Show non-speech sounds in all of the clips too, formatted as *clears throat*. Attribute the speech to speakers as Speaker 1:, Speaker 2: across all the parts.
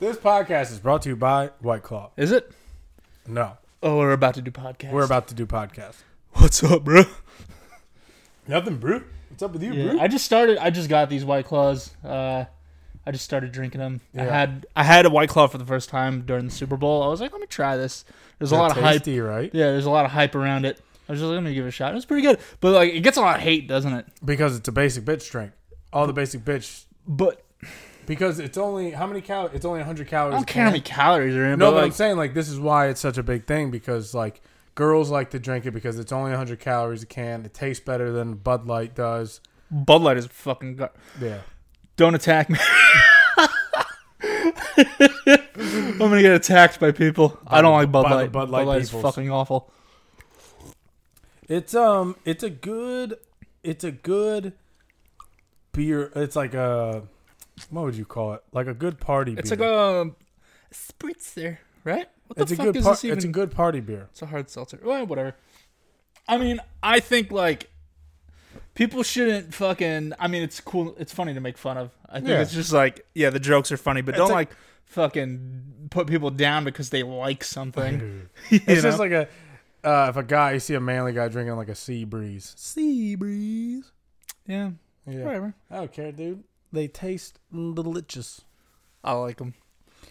Speaker 1: This podcast is brought to you by White Claw.
Speaker 2: Is it?
Speaker 1: No,
Speaker 2: Oh, we're about to do podcast.
Speaker 1: we're about to do podcast.
Speaker 2: What's up, bro?
Speaker 1: Nothing, Brew. What's up with you, Brew?
Speaker 2: I just started. I just got these white claws. Uh, I just started drinking them. I
Speaker 1: Yeah.
Speaker 2: had I had a white claw for the first time during the Super Bowl. I was like, let me try this. There's a lot of hype.
Speaker 1: tasty, right?
Speaker 2: Yeah, there's a lot of hype around it. I was just like, let me give it a shot. It was pretty good, but like it gets a lot of hate, doesn't it?
Speaker 1: Because it's a basic bitch drink. All the basic bitch.
Speaker 2: But
Speaker 1: Because it's only how many cal? It's only 100
Speaker 2: I
Speaker 1: calories.
Speaker 2: don't care how many calories are in. it,
Speaker 1: No,
Speaker 2: but
Speaker 1: but I'm
Speaker 2: like,
Speaker 1: saying like this is why it's such a big thing because like girls like to drink it because it's only 100 calories a can. It tastes better than Bud Light does.
Speaker 2: Bud Light is fucking. Gar-
Speaker 1: Yeah.
Speaker 2: don't attack me. *laughs* I'm gonna get attacked by people. I don't like Bud
Speaker 1: by the
Speaker 2: Light.
Speaker 1: Bud Light
Speaker 2: is
Speaker 1: peoples.
Speaker 2: fucking awful.
Speaker 1: It's um it's a good it's a good beer. It's like a what would you call it? Like a good party
Speaker 2: It's
Speaker 1: beer.
Speaker 2: like a spritzer, right? What the
Speaker 1: it's a
Speaker 2: fuck
Speaker 1: good
Speaker 2: is
Speaker 1: par-
Speaker 2: this even?
Speaker 1: it's a good party beer.
Speaker 2: it's a hard seltzer. Well, whatever. I mean, I think like people shouldn't fucking. I mean, it's cool. It's funny to make fun of. I think
Speaker 1: Yeah.
Speaker 2: it's just like yeah, the jokes are funny, but
Speaker 1: It's
Speaker 2: don't
Speaker 1: like-
Speaker 2: like, fucking put people down because they
Speaker 1: *laughs*
Speaker 2: like something.
Speaker 1: it's
Speaker 2: you
Speaker 1: just
Speaker 2: know?
Speaker 1: like a uh, if a guy you see a manly guy drinking like a sea breeze. Sea breeze.
Speaker 2: yeah,
Speaker 1: Yeah.
Speaker 2: whatever.
Speaker 1: I don't care, dude. They taste delicious.
Speaker 2: I like them.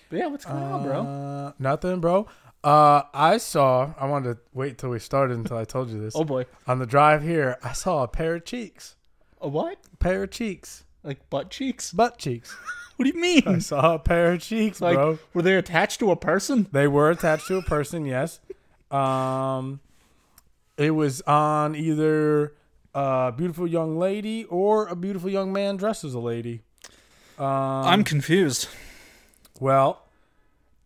Speaker 2: But yeah, what's going on, bro?
Speaker 1: Uh, nothing, bro. Uh, I saw. I wanted to wait till we started until I told you this.
Speaker 2: Oh boy,
Speaker 1: On the drive here, I saw a pair of cheeks.
Speaker 2: a what?
Speaker 1: Pair of cheeks.
Speaker 2: Like butt cheeks? *laughs*
Speaker 1: Butt cheeks.
Speaker 2: What do you mean?
Speaker 1: I saw a pair of cheeks,
Speaker 2: like,
Speaker 1: bro.
Speaker 2: were they attached to a person?
Speaker 1: They were attached to a person, yes. Um, it was on either a beautiful young lady or a beautiful young man dressed as a lady. Um,
Speaker 2: I'm confused.
Speaker 1: well,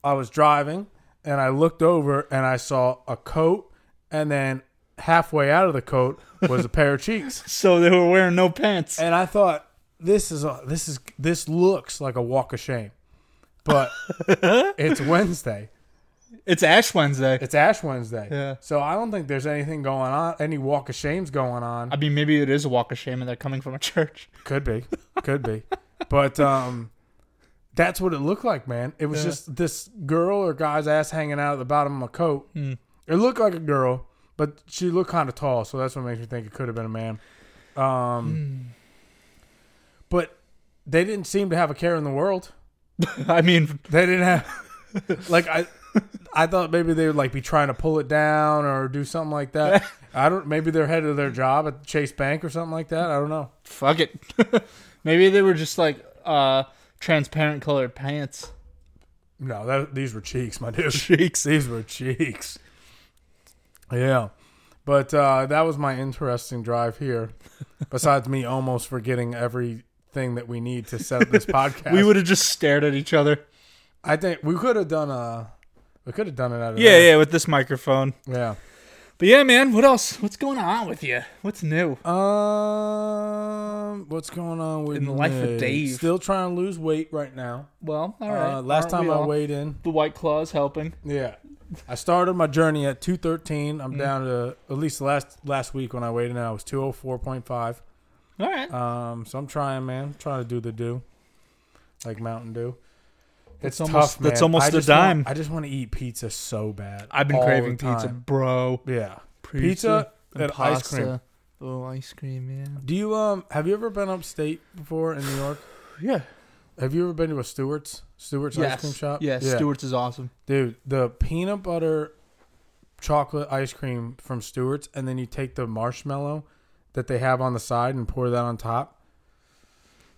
Speaker 1: I was driving and I looked over and I saw a coat, and then halfway out of the coat was a pair of cheeks,
Speaker 2: So they were wearing no pants.
Speaker 1: and I thought this is a, this is this looks like a walk of shame, but it's Wednesday.
Speaker 2: It's Ash Wednesday.
Speaker 1: It's Ash Wednesday.
Speaker 2: Yeah.
Speaker 1: So I don't think there's anything going on, any walk of shames going on.
Speaker 2: I mean, maybe it is a walk of shame and they're coming from a church. *laughs*
Speaker 1: Could be. Could be. *laughs* But um that's what it looked like, man. It was
Speaker 2: Yeah.
Speaker 1: just this girl or guy's ass hanging out at the bottom of a coat.
Speaker 2: Hmm.
Speaker 1: It looked like a girl, but she looked kind of tall, so that's what makes me think it could have been a man. Um
Speaker 2: Hmm.
Speaker 1: But they didn't seem to have a care in the world.
Speaker 2: I mean,
Speaker 1: They didn't have *laughs* like I I thought maybe they would like be trying to pull it down or do something like
Speaker 2: *laughs*
Speaker 1: that. I don't maybe they're head of their job at Chase Bank or something like that. I don't know.
Speaker 2: fuck it. *laughs* maybe they were just like uh, transparent colored pants.
Speaker 1: No, that, these were cheeks, my dude.
Speaker 2: Cheeks.
Speaker 1: These were cheeks. Yeah. But uh, that was my interesting drive
Speaker 2: *laughs*
Speaker 1: here. Besides me almost forgetting everything that we need to set up this podcast.
Speaker 2: *laughs* We would have just stared at each other.
Speaker 1: I think we could have done a we could have done it out of
Speaker 2: Yeah,
Speaker 1: there.
Speaker 2: yeah, with this microphone.
Speaker 1: Yeah.
Speaker 2: But yeah, man, what else? What's going on with you? What's new?
Speaker 1: Um, what's going on with
Speaker 2: In the life of
Speaker 1: me?
Speaker 2: Dave.
Speaker 1: Still trying to lose weight right now.
Speaker 2: Well, all right.
Speaker 1: Uh, last time
Speaker 2: Aren't we
Speaker 1: I
Speaker 2: all?
Speaker 1: weighed in,
Speaker 2: The White Claw's helping.
Speaker 1: yeah, I started my journey at two thirteen.
Speaker 2: Mm.
Speaker 1: I'm down to at least last last week when I weighed in, I was two hundred four point five.
Speaker 2: All right.
Speaker 1: Um, so I'm trying, man. trying to do the do, like Mountain Dew. It's
Speaker 2: That's almost-
Speaker 1: tough, man.
Speaker 2: that's almost
Speaker 1: I
Speaker 2: a
Speaker 1: just want-
Speaker 2: dime.
Speaker 1: I just want to eat pizza so bad.
Speaker 2: I've been
Speaker 1: all the
Speaker 2: craving pizza,
Speaker 1: time.
Speaker 2: bro.
Speaker 1: Yeah, pizza and, ice cream.
Speaker 2: Oh, ice cream, yeah.
Speaker 1: Do you um have you ever been upstate before in New York?
Speaker 2: Yeah.
Speaker 1: Have you ever been to a Stewart's Stewart's ice cream shop?
Speaker 2: Yes,
Speaker 1: yeah.
Speaker 2: Stewart's is awesome.
Speaker 1: Dude, the peanut butter chocolate ice cream from Stewart's, and then you take the marshmallow that they have on the side and pour that on top.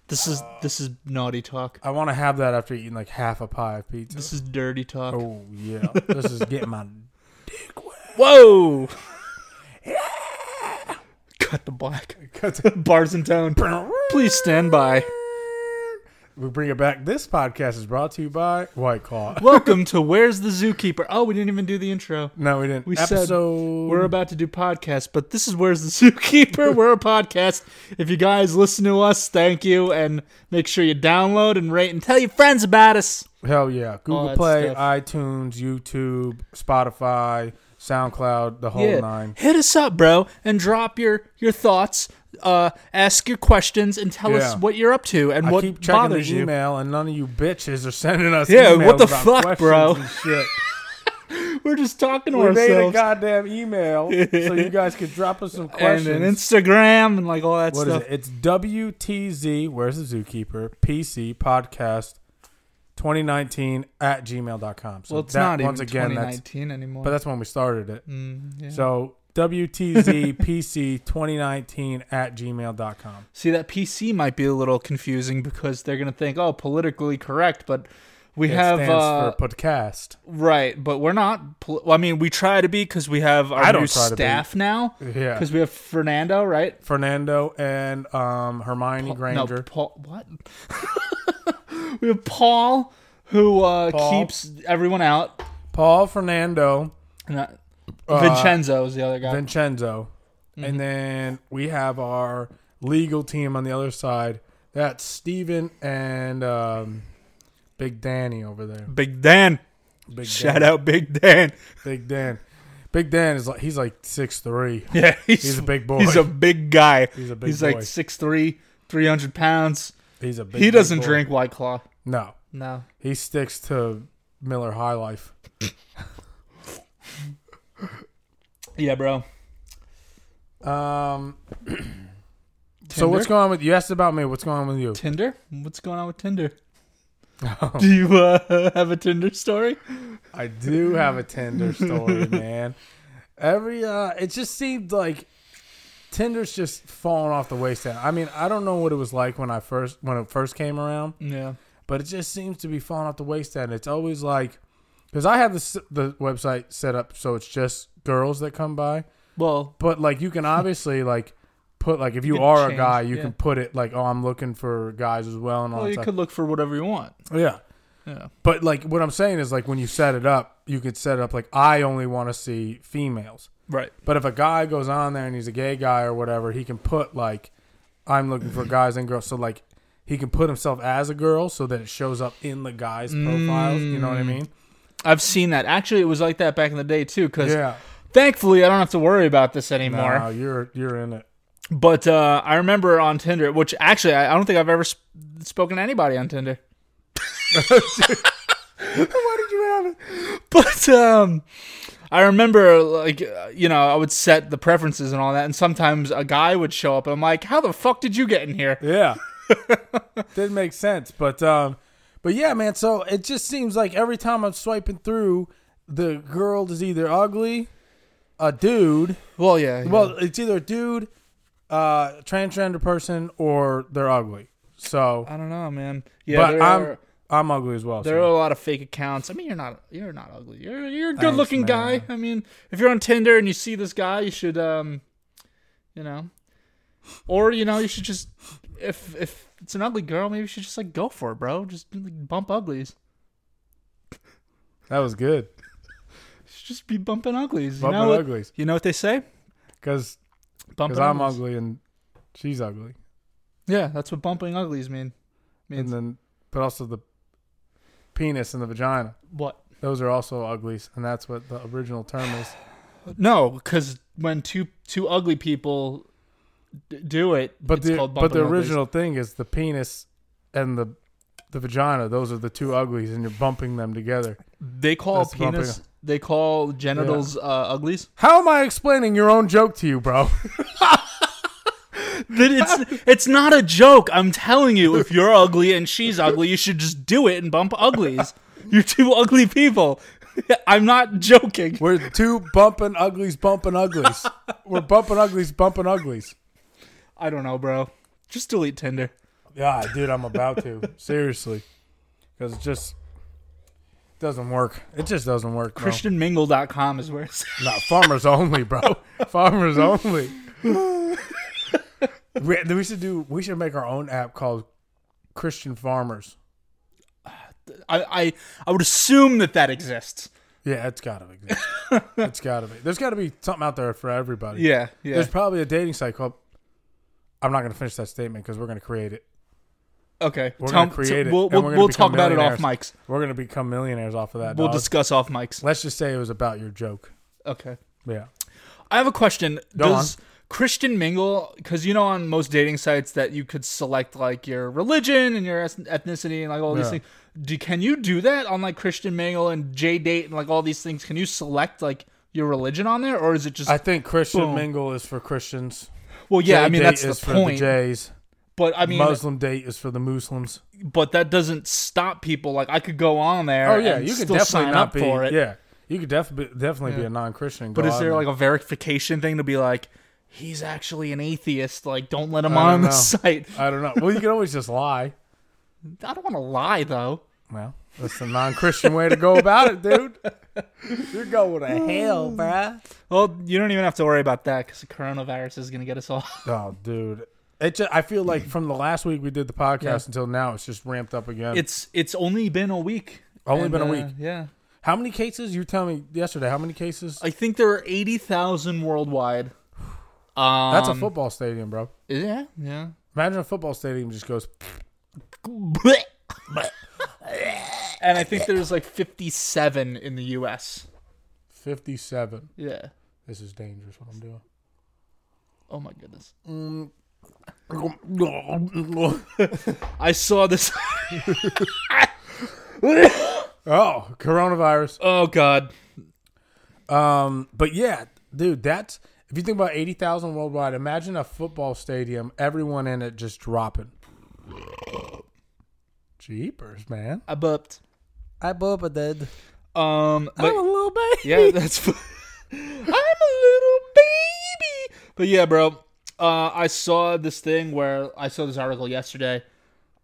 Speaker 2: This is this is naughty talk.
Speaker 1: I want to have that after eating like half a pie of pizza.
Speaker 2: This is dirty talk.
Speaker 1: oh yeah, this is getting my.
Speaker 2: Whoa!
Speaker 1: *laughs*
Speaker 2: *laughs* Cut the black. Bars and tone. *laughs* Please
Speaker 1: *laughs*
Speaker 2: stand by.
Speaker 1: We bring it back. This podcast is brought to you by White Claw.
Speaker 2: Welcome to Where's the Zookeeper? Oh, we didn't even do the intro.
Speaker 1: No, we didn't.
Speaker 2: We said
Speaker 1: Episode.
Speaker 2: We're about to do podcasts, but this is Where's the Zookeeper? We're a podcast. If you guys listen to us, thank you. And make sure you download and rate and tell your friends about us.
Speaker 1: Hell yeah.
Speaker 2: All
Speaker 1: Google
Speaker 2: that
Speaker 1: Play,
Speaker 2: stuff.
Speaker 1: iTunes, YouTube, Spotify, SoundCloud, the whole nine.
Speaker 2: Hit us up, bro, and drop your your thoughts uh, ask your questions and tell us
Speaker 1: Yeah.
Speaker 2: what you're up to and
Speaker 1: I
Speaker 2: what
Speaker 1: keep checking
Speaker 2: bothers
Speaker 1: the
Speaker 2: you.
Speaker 1: email, and none of you bitches are sending us.
Speaker 2: Yeah,
Speaker 1: emails
Speaker 2: what the
Speaker 1: about
Speaker 2: fuck,
Speaker 1: questions
Speaker 2: bro?
Speaker 1: and
Speaker 2: *laughs*
Speaker 1: Shit.
Speaker 2: We're just talking to
Speaker 1: we made a
Speaker 2: ourselves
Speaker 1: goddamn email so you guys could drop us some
Speaker 2: *laughs* and
Speaker 1: questions.
Speaker 2: an Instagram and like all that
Speaker 1: What is
Speaker 2: stuff.
Speaker 1: it? It's WTZ, Where's the Zookeeper? PC Podcast 2019 at gmail.com. So
Speaker 2: Well, it's
Speaker 1: that,
Speaker 2: not
Speaker 1: once
Speaker 2: even
Speaker 1: again, that's,
Speaker 2: 2019 anymore.
Speaker 1: but that's when we started it.
Speaker 2: Mm, yeah.
Speaker 1: So
Speaker 2: *laughs*
Speaker 1: WTZ PC 2019 at gmail.com.
Speaker 2: See, that PC might be a little confusing because they're gonna think, oh, politically correct, but we
Speaker 1: It
Speaker 2: have
Speaker 1: stands
Speaker 2: uh,
Speaker 1: for podcast.
Speaker 2: right, but we're not. Pol- well, I mean, we try to be because we have our
Speaker 1: I
Speaker 2: new
Speaker 1: don't try to be.
Speaker 2: staff now.
Speaker 1: Yeah.
Speaker 2: Because we have Fernando, right?
Speaker 1: Fernando and um, Hermione Granger.
Speaker 2: No, Paul. What? *laughs* we have Paul, who uh,
Speaker 1: Paul.
Speaker 2: keeps everyone out.
Speaker 1: Paul Fernando,
Speaker 2: And that-
Speaker 1: Uh,
Speaker 2: Vincenzo Mm-hmm. is the other guy.
Speaker 1: Vincenzo. And then we have our legal team on the other side. That's Steven and um, Big Danny over there.
Speaker 2: Big Dan.
Speaker 1: Big Dan.
Speaker 2: Shout out, Big Dan.
Speaker 1: Big Dan. Big Dan is like he's like six three.
Speaker 2: *laughs* Yeah, he's,
Speaker 1: He's a big boy.
Speaker 2: *laughs* He's a big guy.
Speaker 1: He's a big
Speaker 2: He's
Speaker 1: boy.
Speaker 2: like 6'3", 300 pounds.
Speaker 1: he's a big
Speaker 2: he
Speaker 1: big
Speaker 2: doesn't
Speaker 1: boy.
Speaker 2: drink White Claw.
Speaker 1: No.
Speaker 2: No.
Speaker 1: He sticks to Miller High Life.
Speaker 2: Yeah, bro.
Speaker 1: Um So what's going on with you asked about me, what's going on with you?
Speaker 2: Tinder? What's going on with Tinder?
Speaker 1: Oh.
Speaker 2: Do you uh, *laughs* have a Tinder story?
Speaker 1: I do have a Tinder *laughs* story, man. Every uh it just seemed like Tinder's just falling off the wayside. I mean, I don't know what it was like when I first when it first came around.
Speaker 2: Yeah.
Speaker 1: but it just seems to be falling off the wayside. It's always like, because I have the s- the website set up so it's just girls that come by,
Speaker 2: Well,
Speaker 1: but like
Speaker 2: *laughs*
Speaker 1: you can obviously like put like if you,
Speaker 2: can
Speaker 1: are a
Speaker 2: change,
Speaker 1: guy, you
Speaker 2: yeah.
Speaker 1: can put it like, oh, I'm looking for guys as well and all
Speaker 2: well,
Speaker 1: that
Speaker 2: you
Speaker 1: stuff. Oh,
Speaker 2: could look for whatever you want.
Speaker 1: yeah,
Speaker 2: Yeah.
Speaker 1: but like what I'm saying is like when you set it up, you could set it up like I only want to see females.
Speaker 2: Right.
Speaker 1: But if a guy goes on there and he's a gay guy or whatever, he can put like I'm looking for guys and girls. So like he can put himself as a girl so that it shows up in the guys' profiles. You know
Speaker 2: Mm.
Speaker 1: what I mean?
Speaker 2: I've seen that. Actually, it was like that back in the day too. Because
Speaker 1: Yeah.
Speaker 2: thankfully, I don't have to worry about this anymore.
Speaker 1: No, you're you're in it.
Speaker 2: But uh, I remember on Tinder, which actually I, I don't think I've ever sp- spoken to anybody on Tinder. *laughs*
Speaker 1: Why did you have it?
Speaker 2: But um, I remember, like uh, you know, I would set the preferences and all that, and sometimes a guy would show up, and I'm like, "How the fuck did you get in here?" *laughs*
Speaker 1: Yeah. Didn't make sense, but um, but yeah, man. So it just seems like every time I'm swiping through, the girl is either ugly, a dude.
Speaker 2: Well, yeah. yeah.
Speaker 1: Well, it's either a dude, uh, transgender person, or they're ugly. So
Speaker 2: I don't know, man. Yeah,
Speaker 1: but
Speaker 2: there,
Speaker 1: I'm
Speaker 2: are,
Speaker 1: I'm ugly as well.
Speaker 2: there
Speaker 1: so.
Speaker 2: are a lot of fake accounts. I mean, you're not you're not ugly. You're you're a good looking
Speaker 1: Thanks, man.
Speaker 2: guy. I mean, if you're on Tinder and you see this guy, you should um, you know, or you know, you should just if if it's an ugly girl, maybe you should just like go for it, bro. Just like, bump uglies.
Speaker 1: That was good.
Speaker 2: You should just be bumping uglies. You
Speaker 1: Bumping
Speaker 2: know what,
Speaker 1: uglies
Speaker 2: You know what they say?
Speaker 1: because
Speaker 2: Bumping
Speaker 1: I'm
Speaker 2: uglies.
Speaker 1: ugly and she's ugly,
Speaker 2: Yeah, that's what bumping uglies mean.
Speaker 1: and
Speaker 2: Means
Speaker 1: then but also the penis and the vagina.
Speaker 2: what?
Speaker 1: Those are also uglies, and that's what the original term is.
Speaker 2: No, because when two two ugly people d- do it,
Speaker 1: But
Speaker 2: it's
Speaker 1: the
Speaker 2: called
Speaker 1: but the
Speaker 2: bumping uglies.
Speaker 1: original thing is the penis and the the vagina. Those are the two uglies, and you're bumping them together.
Speaker 2: They call
Speaker 1: That's bumping
Speaker 2: penis. They call genitals uh, uglies.
Speaker 1: How am I explaining your own joke to you, bro? *laughs*
Speaker 2: it's it's not a joke. I'm telling you, if you're ugly and she's ugly, you should just do it and bump uglies. You're two ugly people. *laughs* I'm not joking.
Speaker 1: We're two bumping uglies, bumping uglies. We're bumping uglies, bumping uglies.
Speaker 2: I don't know, bro. Just delete Tinder.
Speaker 1: Yeah, dude, I'm about to seriously, because it just doesn't work. It just doesn't work. Bro.
Speaker 2: ChristianMingle.com is where it's. *laughs*
Speaker 1: No, farmers only, bro. farmers only. we, we should do. We should make our own app called Christian Farmers.
Speaker 2: I, I I would assume that that exists.
Speaker 1: Yeah, it's gotta
Speaker 2: *laughs*
Speaker 1: exist. it's gotta be. There's gotta be something out there for everybody.
Speaker 2: Yeah, yeah.
Speaker 1: There's probably a dating site called. I'm not gonna finish that statement because we're gonna create it.
Speaker 2: okay,
Speaker 1: We're
Speaker 2: Tell-
Speaker 1: gonna create
Speaker 2: t-
Speaker 1: it.
Speaker 2: We'll
Speaker 1: and
Speaker 2: we'll,
Speaker 1: we're gonna
Speaker 2: we'll
Speaker 1: become
Speaker 2: talk about it off
Speaker 1: millionaires.
Speaker 2: mics.
Speaker 1: We're gonna become millionaires off of that.
Speaker 2: We'll
Speaker 1: dog.
Speaker 2: discuss off mics.
Speaker 1: Let's just say it was about your joke.
Speaker 2: Okay.
Speaker 1: Yeah.
Speaker 2: I have a question.
Speaker 1: Go
Speaker 2: Does Christian mingle because you know on most dating sites that you could select like your religion and your es- ethnicity and like all these
Speaker 1: Yeah.
Speaker 2: things. Do can you do that on like Christian mingle and J date and like all these things? Can you select like your religion on there, or is it just
Speaker 1: I think Christian
Speaker 2: Boom.
Speaker 1: mingle is for Christians.
Speaker 2: well? Yeah,
Speaker 1: J
Speaker 2: I mean
Speaker 1: date
Speaker 2: that's
Speaker 1: is
Speaker 2: the
Speaker 1: for
Speaker 2: point.
Speaker 1: The Jays.
Speaker 2: but I mean,
Speaker 1: Muslim date is for the Muslims.
Speaker 2: but that doesn't stop people. Like I could go on there.
Speaker 1: Oh yeah,
Speaker 2: and
Speaker 1: you can
Speaker 2: still
Speaker 1: definitely
Speaker 2: sign
Speaker 1: not
Speaker 2: up
Speaker 1: be.
Speaker 2: for it.
Speaker 1: Yeah, you could definitely definitely be
Speaker 2: Yeah.
Speaker 1: a non-Christian. and
Speaker 2: But
Speaker 1: go
Speaker 2: is
Speaker 1: out
Speaker 2: there
Speaker 1: and-
Speaker 2: like a verification thing to be like, he's actually an atheist? Like, don't let him
Speaker 1: I don't
Speaker 2: on the
Speaker 1: know.
Speaker 2: *laughs* site.
Speaker 1: I don't know. Well, you can always just lie.
Speaker 2: I don't want to lie though.
Speaker 1: Well, that's the non-Christian way to go about it, dude. Mm. You're going to hell, bruh.
Speaker 2: Well, you don't even have to worry about that because the coronavirus is going to get us all. *laughs*
Speaker 1: Oh, dude. It just, I feel like from the last week we did the podcast
Speaker 2: Yeah.
Speaker 1: until now, it's just ramped up again.
Speaker 2: It's it's only been a week.
Speaker 1: Only
Speaker 2: And,
Speaker 1: been a
Speaker 2: uh,
Speaker 1: week.
Speaker 2: yeah,
Speaker 1: How many cases? You tell me yesterday. How many cases?
Speaker 2: I think there are eighty thousand worldwide. Um,
Speaker 1: That's a football stadium, bro.
Speaker 2: Yeah, yeah.
Speaker 1: *laughs* Imagine a football stadium just goes.
Speaker 2: and I think there's like fifty-seven in the U.S.
Speaker 1: 57.
Speaker 2: Yeah.
Speaker 1: This is dangerous what I'm doing.
Speaker 2: Oh my goodness.
Speaker 1: Oh,
Speaker 2: I saw this. *laughs*
Speaker 1: coronavirus.
Speaker 2: oh God.
Speaker 1: Um, but yeah, dude, that's if you think about 80,000 worldwide, imagine a football stadium, everyone in it just dropping. Jeepers, man.
Speaker 2: I burped.
Speaker 1: I bubba dead.
Speaker 2: Um. But,
Speaker 1: a little baby. *laughs*
Speaker 2: Yeah, that's. fu- *laughs* I'm a little baby. But yeah, bro. Uh, I saw this thing where I saw this article yesterday,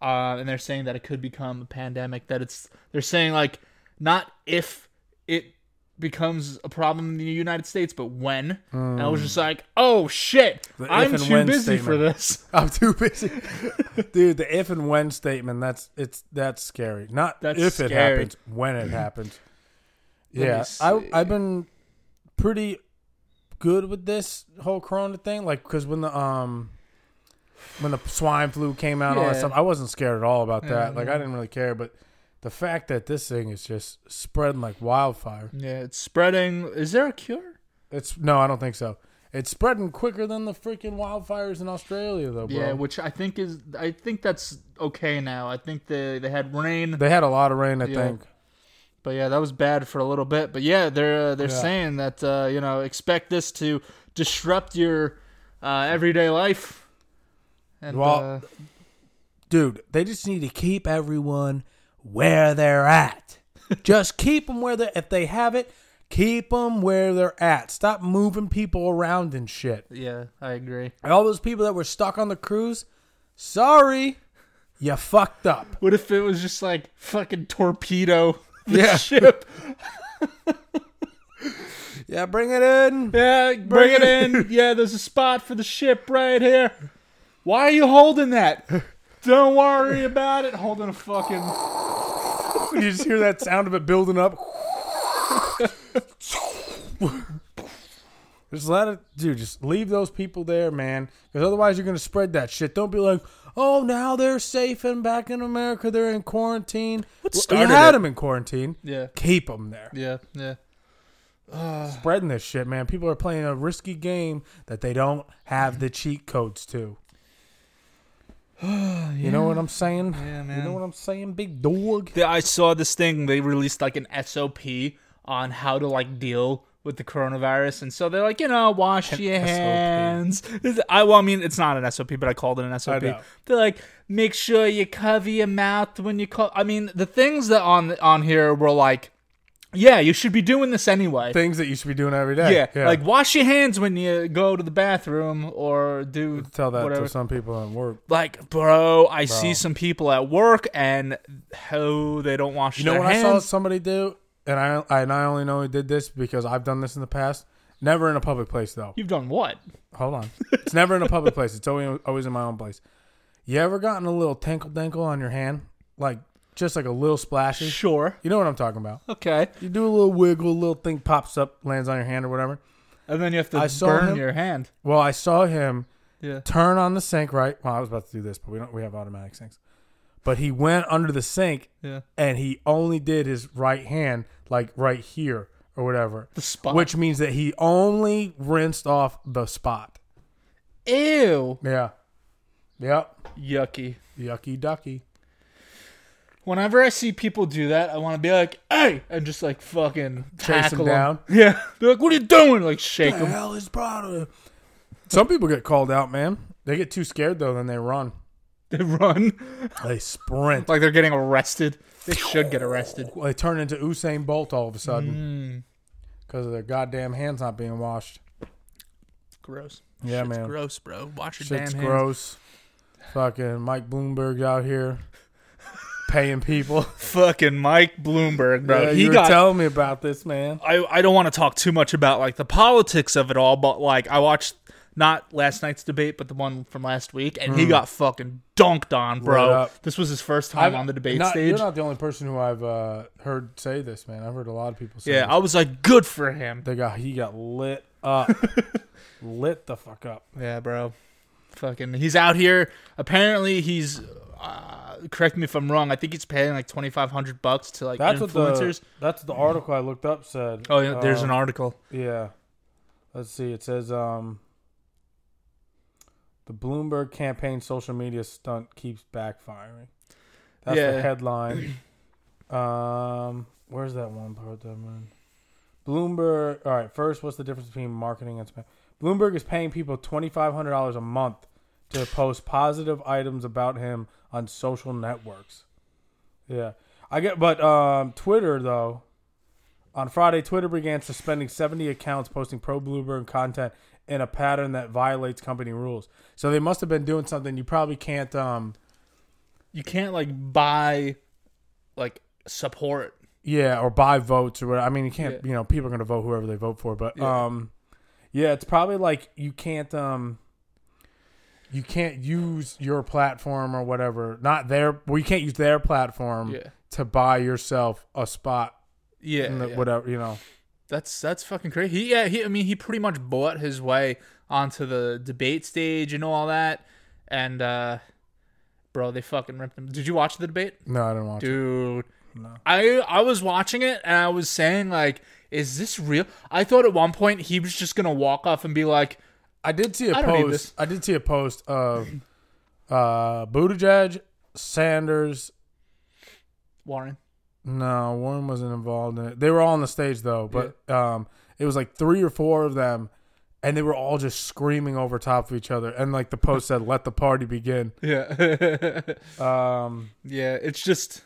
Speaker 2: uh, and they're saying that it could become a pandemic. That it's they're saying like not if it becomes a problem in the United States, but when. And I was just like, oh shit,
Speaker 1: if
Speaker 2: I'm
Speaker 1: and
Speaker 2: too
Speaker 1: when
Speaker 2: busy for
Speaker 1: statement.
Speaker 2: this. *laughs*
Speaker 1: I'm too busy. Dude, the if and when statement, that's it's that's scary. Not
Speaker 2: That's
Speaker 1: if it
Speaker 2: scary.
Speaker 1: happens, when it happens.
Speaker 2: *clears throat* Let me
Speaker 1: yeah. I
Speaker 2: see.
Speaker 1: I've been pretty good with this whole corona thing like cuz when the um when the swine flu came out and all that
Speaker 2: Yeah. Mm-hmm.
Speaker 1: stuff, I wasn't scared at all about that.
Speaker 2: Yeah,
Speaker 1: like I didn't really care, but the fact that this thing is just spreading like wildfire.
Speaker 2: Yeah, it's spreading. Is there a cure?
Speaker 1: It's no, I don't think so. It's spreading quicker than the freaking wildfires in Australia though, bro.
Speaker 2: Yeah, which I think is I think that's okay now. I think they they had rain.
Speaker 1: they had a lot of rain, I
Speaker 2: Yeah.
Speaker 1: think.
Speaker 2: But yeah, that was bad for a little bit. But yeah, they're uh, they're
Speaker 1: Yeah.
Speaker 2: saying that uh, you know expect this to disrupt your uh, everyday life. And
Speaker 1: Well-
Speaker 2: uh,
Speaker 1: dude, they just need to keep everyone where they're *laughs* at. just keep them where they if they have it, keep them where they're at. Stop moving people around and shit.
Speaker 2: yeah, I agree.
Speaker 1: And all those people that were stuck on the cruise, sorry, you fucked up.
Speaker 2: What if it was just like fucking torpedo the
Speaker 1: Yeah.
Speaker 2: *laughs* ship?
Speaker 1: Yeah, bring it in.
Speaker 2: Yeah, *laughs* bring it in. Yeah, there's a spot for the ship right here. Why are you holding *laughs* that? Don't worry about it. Holding a fucking
Speaker 1: you just hear that sound of it building up. Just let it, dude. Just leave those people there, man. Because otherwise, you're gonna spread that shit. Don't be like, oh, now they're safe and back in America. They're in quarantine. What
Speaker 2: started
Speaker 1: you had
Speaker 2: it?
Speaker 1: them in quarantine.
Speaker 2: yeah,
Speaker 1: Keep them there.
Speaker 2: yeah, yeah.
Speaker 1: Spreading this shit, man. People are playing a risky game that they don't have the cheat codes *sighs* to. You know what I'm saying?
Speaker 2: Yeah,
Speaker 1: You
Speaker 2: man.
Speaker 1: know what I'm saying, big dog.
Speaker 2: Th- I saw this thing. They released like an SOP on how to like deal with the coronavirus, and so they're like, you know, wash your
Speaker 1: SOP.
Speaker 2: hands. Is- I well, I mean, it's not an SOP, but I called it an SOP.
Speaker 1: know.
Speaker 2: They're like, make sure you cover your mouth when you call. I mean, the things that on on here were like, yeah, you should be doing this anyway.
Speaker 1: Things that you should be doing every day.
Speaker 2: yeah, like wash your hands when you go to the bathroom or do
Speaker 1: tell that
Speaker 2: whatever
Speaker 1: to some people at work.
Speaker 2: like, bro, I see some people at work and oh, they don't wash
Speaker 1: You know
Speaker 2: their
Speaker 1: what I saw
Speaker 2: hands.
Speaker 1: somebody do, and I and I only know he did this because I've done this in the past. Never in a public place though.
Speaker 2: You've done what?
Speaker 1: Hold on, it's never in a public place. It's always always in my own place. You ever gotten a little tinkle dinkle on your hand, like just like a little splashy?
Speaker 2: Sure.
Speaker 1: You know what I'm talking about.
Speaker 2: Okay.
Speaker 1: You do a little wiggle, a little thing pops up, lands on your hand or whatever.
Speaker 2: And then you have to
Speaker 1: I saw
Speaker 2: burn
Speaker 1: him.
Speaker 2: your hand.
Speaker 1: Well, I saw him
Speaker 2: Yeah.
Speaker 1: turn on the sink. Right. Well, I was about to do this, but we don't. We have automatic sinks. But he went under the sink
Speaker 2: Yeah.
Speaker 1: and he only did his right hand like right here or whatever
Speaker 2: The spot.
Speaker 1: which means that he only rinsed off the spot
Speaker 2: Ew.
Speaker 1: Yeah. Yep.
Speaker 2: Yucky.
Speaker 1: Yucky ducky.
Speaker 2: Whenever I see people do that, I want to be like, "Hey!" and just like fucking
Speaker 1: Chase 'em
Speaker 2: tackle 'em.
Speaker 1: down.
Speaker 2: Yeah, they're like, "What are you doing?" Like shake
Speaker 1: The *laughs*
Speaker 2: them.
Speaker 1: hell is Prada? Some people get called out, man. They get too scared though, then they run.
Speaker 2: They run
Speaker 1: They sprint.
Speaker 2: like they're getting arrested. They should get arrested.
Speaker 1: They turn into Usain Bolt all of a sudden
Speaker 2: Hmm.
Speaker 1: because of their goddamn hands not being washed.
Speaker 2: Gross.
Speaker 1: Yeah,
Speaker 2: Shit's
Speaker 1: man.
Speaker 2: Gross, bro. Watch your
Speaker 1: Shit's
Speaker 2: damn hands.
Speaker 1: gross. Fucking Mike Bloomberg's out here paying people.
Speaker 2: Fucking Mike Bloomberg, bro.
Speaker 1: Yeah,
Speaker 2: he
Speaker 1: you
Speaker 2: got
Speaker 1: were telling me about this, man.
Speaker 2: I, I don't want to talk too much about like the politics of it all, but like I watched not last night's debate, but the one from last week, and he got fucking dunked on,
Speaker 1: Word
Speaker 2: bro.
Speaker 1: Hmm. up.
Speaker 2: This was his first time
Speaker 1: I've-
Speaker 2: on the debate
Speaker 1: not-
Speaker 2: stage.
Speaker 1: You're not the only person who I've uh, heard say this, man. I've heard a lot of people say
Speaker 2: yeah,
Speaker 1: this.
Speaker 2: I was like, good for him.
Speaker 1: They got he got lit
Speaker 2: *laughs*
Speaker 1: up, lit the fuck up.
Speaker 2: Yeah, bro. Fucking, he's out here. Apparently, he's. Uh, correct me if I'm wrong. I think he's paying like twenty five hundred bucks to like
Speaker 1: That's what
Speaker 2: influencers.
Speaker 1: the that's what the article I looked up said.
Speaker 2: oh, yeah, there's an
Speaker 1: Um,
Speaker 2: article.
Speaker 1: yeah. Let's see. It says um, the Bloomberg campaign social media stunt keeps backfiring. That's
Speaker 2: Yeah.
Speaker 1: the headline. um, where's that one part that I'm in? Bloomberg. All right. First, what's the difference between marketing and spam? Bloomberg is paying people twenty five hundred dollars a month to post positive items about him on social networks. Yeah, I get, but um, Twitter though. On Friday, Twitter began suspending 70 accounts posting pro Bloomberg content in a pattern that violates company rules. So they must have been doing something you probably can't. Um,
Speaker 2: You can't like buy, like support.
Speaker 1: yeah, or buy votes or whatever. I mean, you can't.
Speaker 2: Yeah.
Speaker 1: You know, people are going to vote whoever they vote for. But
Speaker 2: Yeah.
Speaker 1: um, yeah, it's probably like you can't. Um, you can't use your platform or whatever. Not their. Well, you can't use their platform
Speaker 2: Yeah,
Speaker 1: to buy yourself a spot
Speaker 2: yeah,
Speaker 1: in the,
Speaker 2: yeah.
Speaker 1: whatever. You know.
Speaker 2: That's that's fucking crazy. He, yeah, he. I mean, he pretty much bought his way onto the debate stage and all that. And uh bro, they fucking ripped him. Did you watch the debate,
Speaker 1: No, I don't want to.
Speaker 2: dude?
Speaker 1: No.
Speaker 2: I I was watching it and I was saying like, is this real? I thought at one point he was just gonna walk off and be like,
Speaker 1: I did see a
Speaker 2: I don't need this.
Speaker 1: post. I did see a post of uh Buttigieg, Sanders.
Speaker 2: Warren, *laughs*
Speaker 1: No, Warren wasn't involved in it. They were all on the stage though, but um, it was like three or four of them, and they were all just screaming over top of each other. And like the post said, "Let the party begin."
Speaker 2: yeah,
Speaker 1: Um,
Speaker 2: yeah. It's just,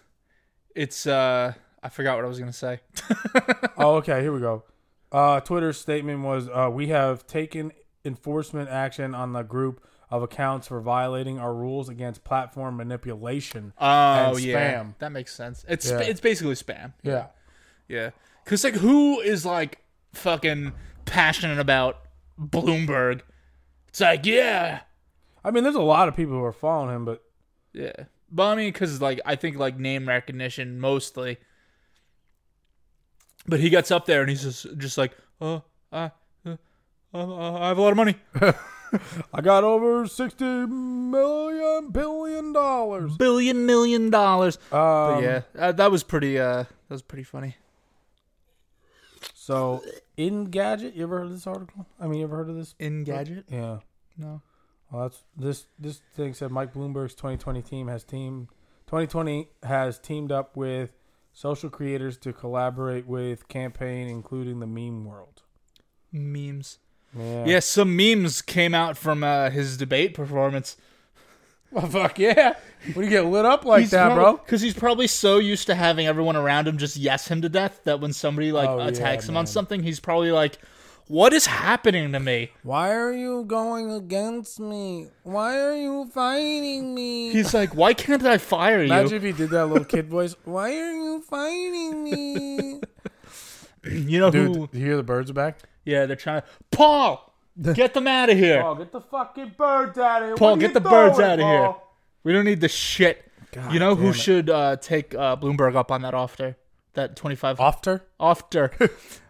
Speaker 2: it's uh, I forgot what I was gonna say. *laughs*
Speaker 1: oh, okay, here we go. Uh, Twitter's statement was, uh, "We have taken enforcement action on the group of accounts for violating our rules against platform manipulation."
Speaker 2: Oh
Speaker 1: And
Speaker 2: yeah,
Speaker 1: spam.
Speaker 2: that makes sense. It's
Speaker 1: Yeah.
Speaker 2: sp it's basically spam.
Speaker 1: Yeah.
Speaker 2: Yeah. Cause like who is like fucking passionate about Bloomberg? It's like, yeah.
Speaker 1: I mean, there's a lot of people who are following him, but
Speaker 2: Yeah. But I mean, cause like I think like name recognition mostly. But he gets up there and he's just just like, oh, I, uh, uh, I have a lot of money.
Speaker 1: I got over sixty million billion dollars.
Speaker 2: *laughs* Billion million dollars. But
Speaker 1: Um,
Speaker 2: yeah, uh, that was pretty. Uh, that was pretty funny.
Speaker 1: So, Engadget, you ever heard of this article? I mean, you ever heard of this?
Speaker 2: Engadget?
Speaker 1: Yeah.
Speaker 2: No.
Speaker 1: Well, that's this. This thing said Mike Bloomberg's 2020 team has team 2020 has teamed up with social creators to collaborate with campaign, including the meme world.
Speaker 2: Memes.
Speaker 1: Yeah.
Speaker 2: Yeah, some memes came out from uh, his debate performance.
Speaker 1: *laughs* Well, fuck yeah. When you get lit up like that, bro.
Speaker 2: Because he's probably so used to having everyone around him just yes him to death that when somebody like
Speaker 1: Oh,
Speaker 2: attacks
Speaker 1: yeah,
Speaker 2: him on
Speaker 1: man.
Speaker 2: something, he's probably like, "What is happening to me?"
Speaker 1: Why are you going against me? Why are you fighting me?
Speaker 2: He's like, "Why can't I fire you?"
Speaker 1: Imagine if he did that little kid voice. *laughs* Why are you fighting me?
Speaker 2: *clears throat* you know
Speaker 1: Dude,
Speaker 2: who?
Speaker 1: you hear the birds are back?
Speaker 2: Yeah, they're trying. to...
Speaker 1: *laughs*
Speaker 2: Paul, get them out of here.
Speaker 1: Paul, get the fucking birds out of here.
Speaker 2: Paul,
Speaker 1: What are
Speaker 2: get
Speaker 1: you
Speaker 2: the birds
Speaker 1: doing,
Speaker 2: out of here.
Speaker 1: Paul?
Speaker 2: We don't need this shit. you know who
Speaker 1: damn it.
Speaker 2: should uh, take uh, Bloomberg up on that offer? That twenty-five
Speaker 1: Ofter? *laughs*
Speaker 2: offer.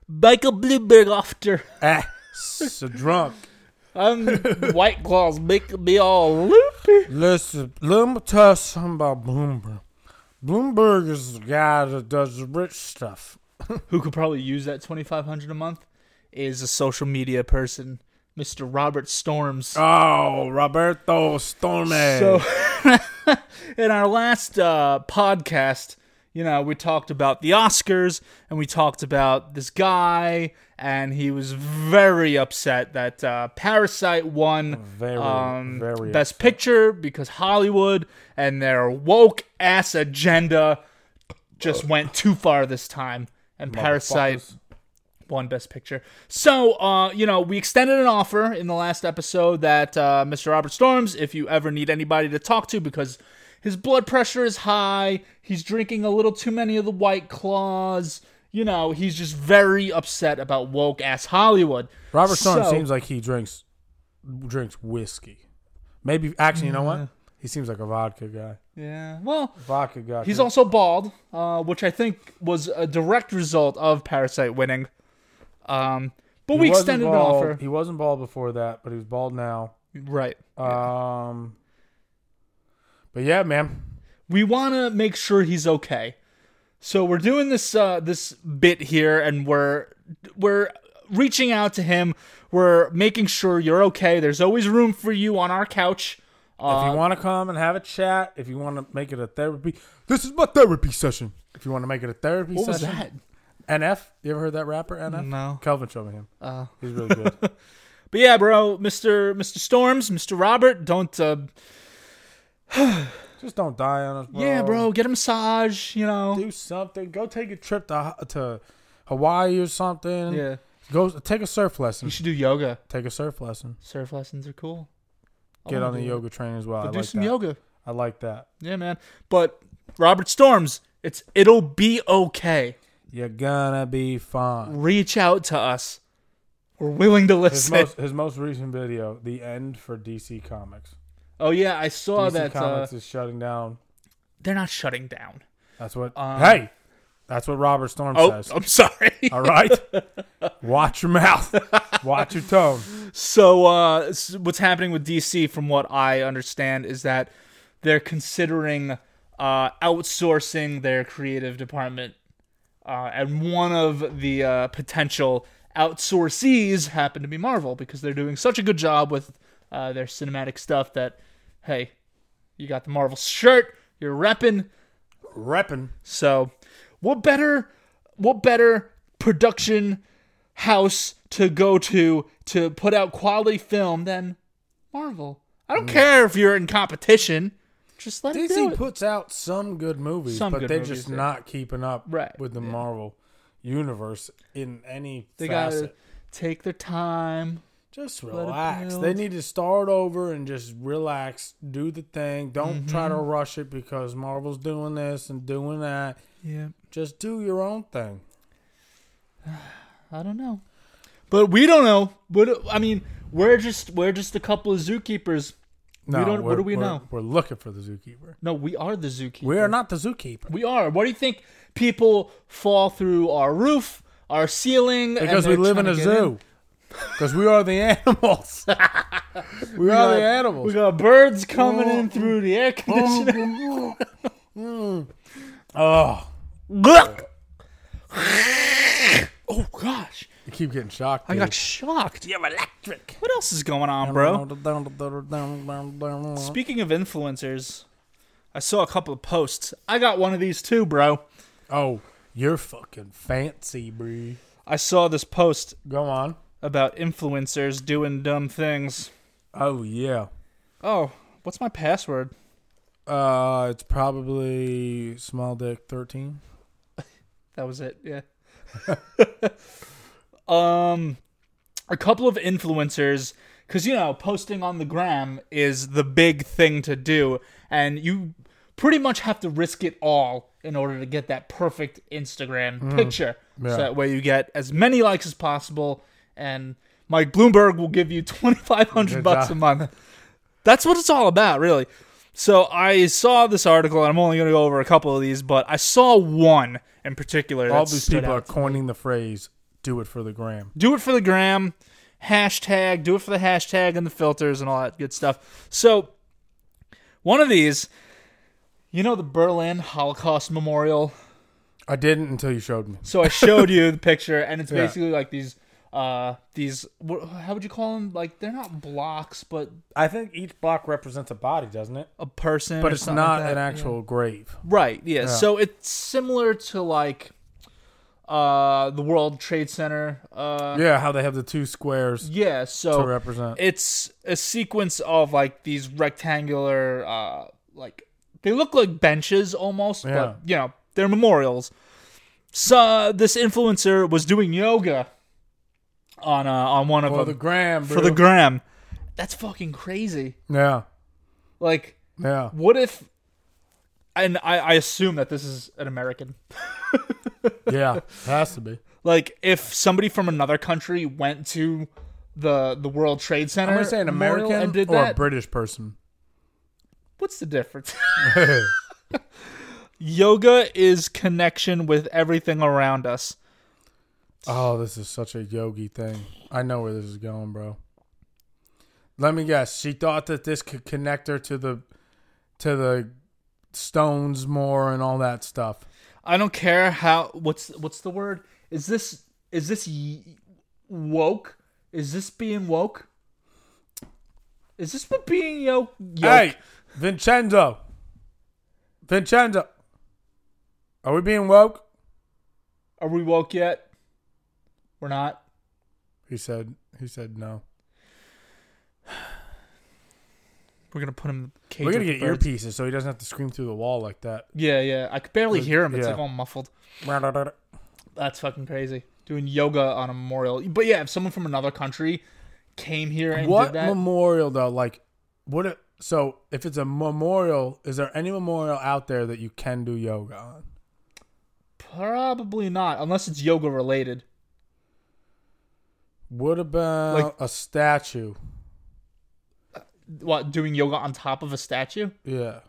Speaker 2: Michael Bloomberg offer.
Speaker 1: Ah, so drunk. *laughs*
Speaker 2: Um, White Claws make me all loopy.
Speaker 1: Listen, let me tell you something about Bloomberg. Bloomberg is the guy that does the rich stuff.
Speaker 2: Who could probably use that twenty five hundred a month is a social media person. Mr. Robert Storms.
Speaker 1: Oh, Roberto Storme.
Speaker 2: So, *laughs* in our last uh, podcast, you know, we talked about the Oscars and we talked about this guy, and he was very upset that uh, Parasite won
Speaker 1: Oh, Very,
Speaker 2: um,
Speaker 1: very
Speaker 2: Best Picture because Hollywood and their woke ass agenda just went too far this time, and Parasite
Speaker 1: Motherfuckers.
Speaker 2: one best picture. So, uh, you know, we extended an offer in the last episode that uh, Mr. Robert Storms, if you ever need anybody to talk to because his blood pressure is high, he's drinking a little too many of the white claws, you know, he's just very upset about woke ass Hollywood.
Speaker 1: Robert Storm
Speaker 2: So-
Speaker 1: seems like he drinks drinks whiskey. Maybe actually, you know what? He seems like a vodka guy.
Speaker 2: Yeah. Well,
Speaker 1: Vodka guy.
Speaker 2: he's also bald, uh, which I think was a direct result of Parasite winning. Um, but we
Speaker 1: wasn't
Speaker 2: extended
Speaker 1: bald-
Speaker 2: an offer.
Speaker 1: He wasn't bald before that, but he was bald now.
Speaker 2: Right.
Speaker 1: Um, but yeah, man.
Speaker 2: we want to make sure he's okay. So we're doing this uh, this bit here, and we're we're reaching out to him. We're making sure you're okay. There's always room for you on our couch.
Speaker 1: If
Speaker 2: Uh,
Speaker 1: you want to come and have a chat, if you want to make it a therapy, this is my therapy session. If you want to make it a therapy
Speaker 2: What was
Speaker 1: session,
Speaker 2: that?
Speaker 1: NF. You ever heard that rapper NF?
Speaker 2: No. Uh.
Speaker 1: Kelvin showed me him. he's really good.
Speaker 2: *laughs* But yeah, bro, Mister Mister Storms, Mister Robert, don't. Uh,
Speaker 1: Just don't die on us, bro.
Speaker 2: yeah, bro, get a massage. You know.
Speaker 1: Do something. Go take a trip to to Hawaii or something.
Speaker 2: Yeah,
Speaker 1: Go take a surf lesson.
Speaker 2: you should do yoga.
Speaker 1: Take a surf lesson.
Speaker 2: Surf lessons are cool. I
Speaker 1: Get
Speaker 2: wanna
Speaker 1: on the
Speaker 2: do-
Speaker 1: yoga train as well. I
Speaker 2: Do
Speaker 1: like
Speaker 2: some
Speaker 1: that.
Speaker 2: yoga.
Speaker 1: I like that.
Speaker 2: Yeah, man. But Robert Storms, it's it'll be okay.
Speaker 1: You're gonna be fine.
Speaker 2: reach out to us. We're willing to
Speaker 1: His
Speaker 2: listen.
Speaker 1: most his most recent video, the end for DC Comics.
Speaker 2: oh yeah, I saw
Speaker 1: DC
Speaker 2: that. Uh,
Speaker 1: Comics is shutting down.
Speaker 2: they're not shutting down.
Speaker 1: That's what. hey, that's what Robert Storm
Speaker 2: Um, Oh,
Speaker 1: says.
Speaker 2: I'm sorry.
Speaker 1: All right, watch your mouth, watch your tone.
Speaker 2: *laughs* so uh, s- what's happening with DC, from what I understand, is that they're considering uh, outsourcing their creative department, uh, and one of the uh, potential outsourcees happened to be Marvel because they're doing such a good job with uh, their cinematic stuff that, hey, you got the Marvel shirt, you're repping.
Speaker 1: Repping.
Speaker 2: So, what better what better production house to go to to put out quality film than Marvel? I don't care if you're in competition. Mm. Just let it do
Speaker 1: DC
Speaker 2: it.
Speaker 1: puts out some good movies,
Speaker 2: Some
Speaker 1: but
Speaker 2: good
Speaker 1: they're
Speaker 2: movies,
Speaker 1: just
Speaker 2: yeah.
Speaker 1: not keeping up
Speaker 2: Right,
Speaker 1: with the
Speaker 2: yeah.
Speaker 1: Marvel universe in any
Speaker 2: They
Speaker 1: facet.
Speaker 2: gotta take their time.
Speaker 1: just
Speaker 2: it
Speaker 1: relax.
Speaker 2: build.
Speaker 1: They need to start over and just relax, do the thing. Don't try
Speaker 2: Mm-hmm.
Speaker 1: to rush it because Marvel's doing this and doing that.
Speaker 2: Yeah,
Speaker 1: Just do your own thing.
Speaker 2: I don't know, but we don't know. But I mean, we're just we're just a couple of zookeepers.
Speaker 1: No,
Speaker 2: don't- what
Speaker 1: we're-
Speaker 2: do we
Speaker 1: we're-
Speaker 2: know?
Speaker 1: We're looking for the zookeeper.
Speaker 2: No, we are the zookeepers.
Speaker 1: We are not the zookeeper
Speaker 2: We are. What do you think? People fall through our roof, our ceiling, and
Speaker 1: because we
Speaker 2: they're
Speaker 1: live in
Speaker 2: trying
Speaker 1: a
Speaker 2: to get in.
Speaker 1: zoo. Because we are the animals. we, are the
Speaker 2: We
Speaker 1: animals.
Speaker 2: got birds coming in through the air *laughs* conditioner.
Speaker 1: Oh,
Speaker 2: oh gosh,
Speaker 1: you keep getting shocked.
Speaker 2: I
Speaker 1: dude.
Speaker 2: got shocked. You're electric. What else is going on, bro? Speaking of influencers, I saw a couple of posts. I got one of these too, bro.
Speaker 1: Oh, you're fucking fancy, Bree.
Speaker 2: I saw this post
Speaker 1: Go on.
Speaker 2: about influencers doing dumb things.
Speaker 1: Oh yeah.
Speaker 2: Oh, what's my password?
Speaker 1: Uh, it's probably small dick thirteen.
Speaker 2: That was it. Yeah. *laughs* um, a couple of influencers, because you know, posting on the gram is the big thing to do, and you pretty much have to risk it all in order to get that perfect Instagram picture.
Speaker 1: Mm-hmm. Yeah.
Speaker 2: So that way you get as many likes as possible, and Mike Bloomberg will give you twenty five hundred
Speaker 1: Good
Speaker 2: bucks a
Speaker 1: job.
Speaker 2: month. That's what it's all about, really. So I saw this article, and I'm only going to go over a couple of these, but I saw one in particular. That
Speaker 1: All these
Speaker 2: stood
Speaker 1: people
Speaker 2: out
Speaker 1: are coining the phrase "do it for the gram."
Speaker 2: do it for the gram hashtag do it for the hashtag and the filters and all that good stuff so one of these you know the berlin holocaust memorial
Speaker 1: I didn't until you showed me.
Speaker 2: so i showed you the picture and it's
Speaker 1: *laughs* Yeah.
Speaker 2: basically like these uh these wh- how would you call them like they're not blocks but
Speaker 1: I think each block represents a body, doesn't it?
Speaker 2: a person
Speaker 1: But
Speaker 2: or
Speaker 1: it's
Speaker 2: something
Speaker 1: not
Speaker 2: like that,
Speaker 1: an
Speaker 2: yeah.
Speaker 1: actual grave.
Speaker 2: right yeah. so it's similar to like uh the world trade center uh
Speaker 1: Yeah, how they have the two squares
Speaker 2: yeah so
Speaker 1: to represent.
Speaker 2: it's a sequence of like these rectangular uh like they look like benches almost
Speaker 1: Yeah.
Speaker 2: but you know they're memorials so uh, this influencer was doing yoga on uh, on one of
Speaker 1: for the
Speaker 2: them
Speaker 1: gram,
Speaker 2: for the gram that's fucking crazy
Speaker 1: yeah,
Speaker 2: like
Speaker 1: yeah.
Speaker 2: what if and i i assume that this is an american
Speaker 1: Yeah, it has to be.
Speaker 2: like if somebody from another country went to the the world trade center
Speaker 1: I'm gonna say an
Speaker 2: memorial
Speaker 1: American
Speaker 2: and did
Speaker 1: or a
Speaker 2: that
Speaker 1: British person.
Speaker 2: what's the *laughs* difference yoga is connection with everything around us
Speaker 1: oh, this is such a yogi thing. I know where this is going, bro. Let me guess. She thought that this could connect her to the to the stones more and all that stuff.
Speaker 2: i don't care how what's what's the word is this is this y- woke is this being woke is this what being yo- yoke
Speaker 1: Hey, Vincenzo. Vincenzo. Are we being woke?
Speaker 2: are we woke yet we're not
Speaker 1: He said he said no.
Speaker 2: we're gonna put him in the cage
Speaker 1: We're gonna get
Speaker 2: with the birds.
Speaker 1: earpieces so he doesn't have to scream through the wall like that.
Speaker 2: yeah yeah i could barely hear him it's
Speaker 1: Yeah.
Speaker 2: like all muffled
Speaker 1: Yeah,
Speaker 2: That's fucking crazy. Doing yoga on a memorial. But yeah, if someone from another country came here and
Speaker 1: What
Speaker 2: did that,
Speaker 1: memorial though? Like what it, so if it's a memorial, is there any memorial out there that you can do yoga on?
Speaker 2: probably not, unless it's yoga related.
Speaker 1: What about
Speaker 2: Like-
Speaker 1: a statue?
Speaker 2: What, doing yoga on top of a statue? *laughs*
Speaker 1: Yeah.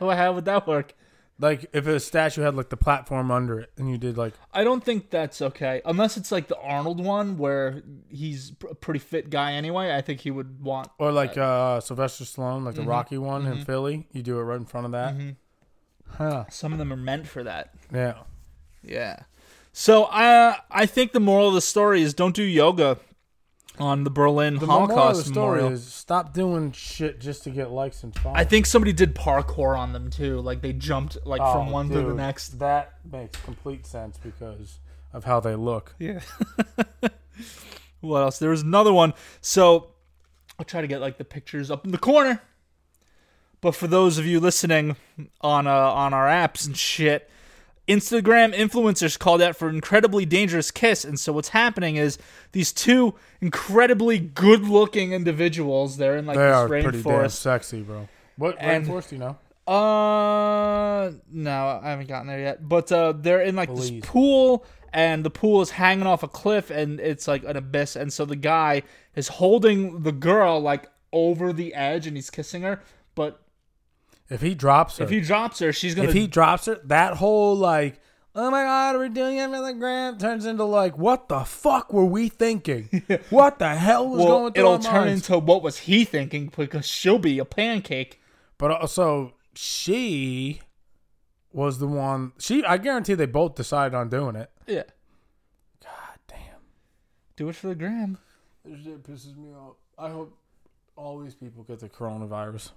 Speaker 2: Well, How would that work?
Speaker 1: Like if a statue had like the platform under it and you did like
Speaker 2: I don't think that's okay. Unless it's like the Arnold one where he's a pretty fit guy anyway. I think he would want.
Speaker 1: Or like uh, Sylvester Stallone, like
Speaker 2: mm-hmm.
Speaker 1: the Rocky one in Philly. You do it right in front of that. Huh.
Speaker 2: Some of them are meant for that.
Speaker 1: Yeah.
Speaker 2: Yeah. So I I think the moral of the story is don't do yoga on the Berlin
Speaker 1: The
Speaker 2: Holocaust
Speaker 1: moral of the story
Speaker 2: memorial.
Speaker 1: is stop doing shit just to get likes and followers.
Speaker 2: I think somebody did parkour on them too. Like they jumped like from
Speaker 1: Oh,
Speaker 2: one to the
Speaker 1: dude,
Speaker 2: next.
Speaker 1: That makes complete sense because of how they look.
Speaker 2: Yeah. what else? There was another one. So I'll try to get like the pictures up in the corner. But for those of you listening on uh, on our apps and shit, Instagram influencers called out for incredibly dangerous kiss. And so what's happening is these two incredibly good-looking individuals, they're in like
Speaker 1: They
Speaker 2: this
Speaker 1: are pretty damn
Speaker 2: rainforest.
Speaker 1: sexy, bro. What
Speaker 2: And-
Speaker 1: rainforest do you know?
Speaker 2: Uh, no, I haven't gotten there yet. But uh, they're in like
Speaker 1: Belize.
Speaker 2: this pool, and the pool is hanging off a cliff, and it's like an abyss. And so the guy is holding the girl like over the edge, and he's kissing her. But
Speaker 1: If he drops her,
Speaker 2: if he drops her, she's gonna.
Speaker 1: if he drops her, that whole like, oh my god, we're doing it for the gram turns into like, what the fuck were we
Speaker 2: *laughs*
Speaker 1: thinking? what the hell was
Speaker 2: well,
Speaker 1: going through
Speaker 2: it'll
Speaker 1: our
Speaker 2: turn
Speaker 1: minds?
Speaker 2: into what was he thinking because she'll be a pancake.
Speaker 1: But also, she was the one. She, I guarantee, they both decided on doing it.
Speaker 2: Yeah,
Speaker 1: God damn,
Speaker 2: do it for the gram.
Speaker 1: this shit pisses me off. I hope all these people get the coronavirus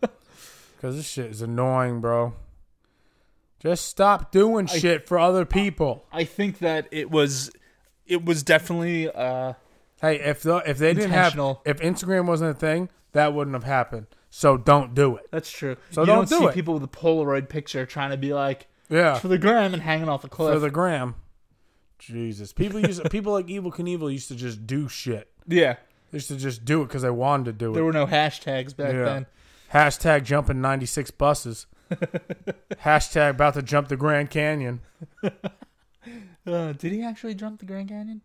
Speaker 1: because this shit is annoying, bro. Just stop doing shit for other people.
Speaker 2: I think that it was, it was definitely. uh
Speaker 1: Hey, if the, if they didn't have
Speaker 2: Intentional.
Speaker 1: if Instagram wasn't a thing, that wouldn't have happened. So don't do it.
Speaker 2: That's true.
Speaker 1: So
Speaker 2: you
Speaker 1: don't do
Speaker 2: see
Speaker 1: it.
Speaker 2: people with a Polaroid picture trying to be like
Speaker 1: Yeah,
Speaker 2: for the gram and hanging off a cliff.
Speaker 1: for the gram. Jesus, people use people like Evil Knievel used to just do shit.
Speaker 2: Yeah.
Speaker 1: They used to just do it because they wanted to do it.
Speaker 2: There were no hashtags back
Speaker 1: Yeah.
Speaker 2: then.
Speaker 1: Hashtag jumping 96 buses. Hashtag about to jump the Grand Canyon.
Speaker 2: Uh, did he actually jump the Grand Canyon?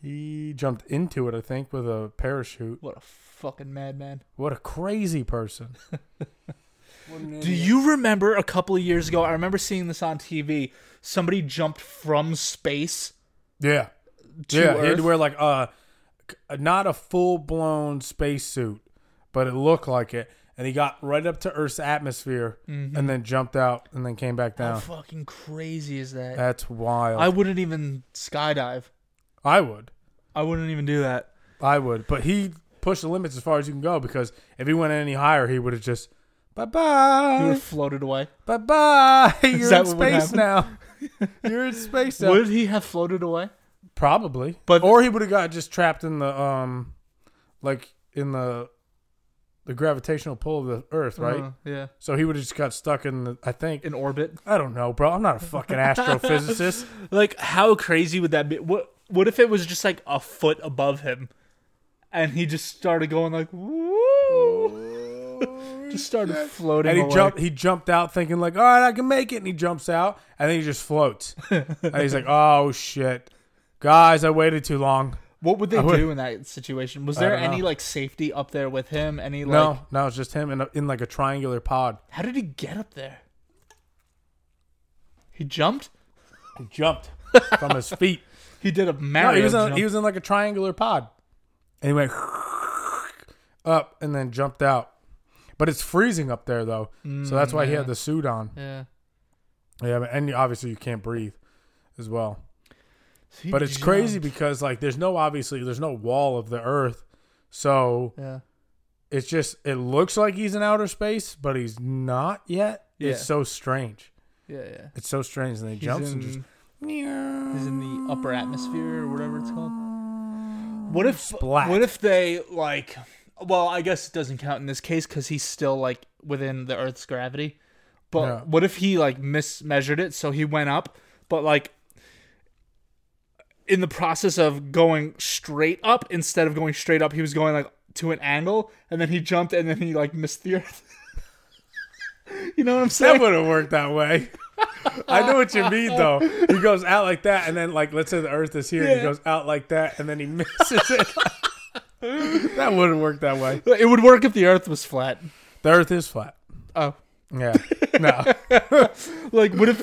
Speaker 1: He jumped into it, I think, with a parachute.
Speaker 2: What a fucking madman.
Speaker 1: What a crazy person. What an
Speaker 2: Do
Speaker 1: idiot.
Speaker 2: you remember a couple of years ago? I remember seeing this on TV. Somebody jumped from space.
Speaker 1: yeah.
Speaker 2: To
Speaker 1: yeah, he had
Speaker 2: Earth?
Speaker 1: to wear like a, not a full blown spacesuit, but it looked like it. And he got right up to Earth's atmosphere
Speaker 2: Mm-hmm.
Speaker 1: and then jumped out and then came back
Speaker 2: How
Speaker 1: down.
Speaker 2: fucking crazy is that?
Speaker 1: That's wild.
Speaker 2: I wouldn't even skydive.
Speaker 1: I would.
Speaker 2: I wouldn't even do that.
Speaker 1: I would, but he pushed the limits as far as you can go because if he went any higher, he would have just bye
Speaker 2: You would have
Speaker 1: bye
Speaker 2: floated away.
Speaker 1: bye
Speaker 2: *laughs*
Speaker 1: bye. You're
Speaker 2: that
Speaker 1: in
Speaker 2: what would
Speaker 1: space now. You're in space now.
Speaker 2: Would he have floated away?
Speaker 1: Probably,
Speaker 2: But-
Speaker 1: or he would have got just trapped in the um, like in the the gravitational pull of the Earth, right?
Speaker 2: Uh, yeah.
Speaker 1: So he would have just got stuck in the. I think
Speaker 2: In orbit.
Speaker 1: I don't know, bro. I'm not a *laughs* fucking astrophysicist.
Speaker 2: Like, how crazy would that be? What What if it was just like a foot above him, and he just started going like, woo, just started floating.
Speaker 1: And he
Speaker 2: away.
Speaker 1: jumped. He jumped out thinking like, "All right, I can make it." And he jumps out, and then he just *laughs* floats. and he's like, "Oh shit, guys, I waited too long."
Speaker 2: What would they
Speaker 1: I would-
Speaker 2: do in that situation? Was there
Speaker 1: don't know.
Speaker 2: any like safety up there with him? Any like?
Speaker 1: no, no, it's just him in, a, in like a triangular pod.
Speaker 2: How did he get up there? He jumped.
Speaker 1: He jumped from *laughs* his feet.
Speaker 2: He did a
Speaker 1: No,
Speaker 2: Mario
Speaker 1: he was in,
Speaker 2: jump.
Speaker 1: he was in like a triangular pod, and he went *laughs* up and then jumped out. But it's freezing up there though, so that's why he
Speaker 2: Mm,
Speaker 1: had the suit on.
Speaker 2: yeah.
Speaker 1: Yeah, but- and obviously you can't breathe as well.
Speaker 2: He
Speaker 1: But it's
Speaker 2: jumped.
Speaker 1: crazy because like there's no obviously there's no wall of the earth. So
Speaker 2: Yeah.
Speaker 1: it's just it looks like he's in outer space, but he's not yet.
Speaker 2: Yeah.
Speaker 1: It's so strange.
Speaker 2: Yeah. Yeah.
Speaker 1: It's so strange and he
Speaker 2: He's
Speaker 1: jumps
Speaker 2: in,
Speaker 1: and just
Speaker 2: he's in the upper atmosphere or whatever it's called. What if
Speaker 1: Splat.
Speaker 2: what if they like well, I guess it doesn't count in this case cuz he's still like within the earth's gravity. But
Speaker 1: Yeah.
Speaker 2: what if he like mismeasured it so he went up but like in the process of going straight up instead of going straight up he was going like to an angle and then he jumped and then he like missed the earth. *laughs* you know what I'm
Speaker 1: That
Speaker 2: saying?
Speaker 1: would have worked that way. *laughs* I know what you mean though. He goes out like that and then like let's say the earth is here and
Speaker 2: Yeah.
Speaker 1: he goes out like that and then he *laughs* misses it. that wouldn't work that way.
Speaker 2: it would work if the earth was flat.
Speaker 1: The earth is flat.
Speaker 2: Oh.
Speaker 1: Yeah.
Speaker 2: *laughs*
Speaker 1: No.
Speaker 2: Like, what if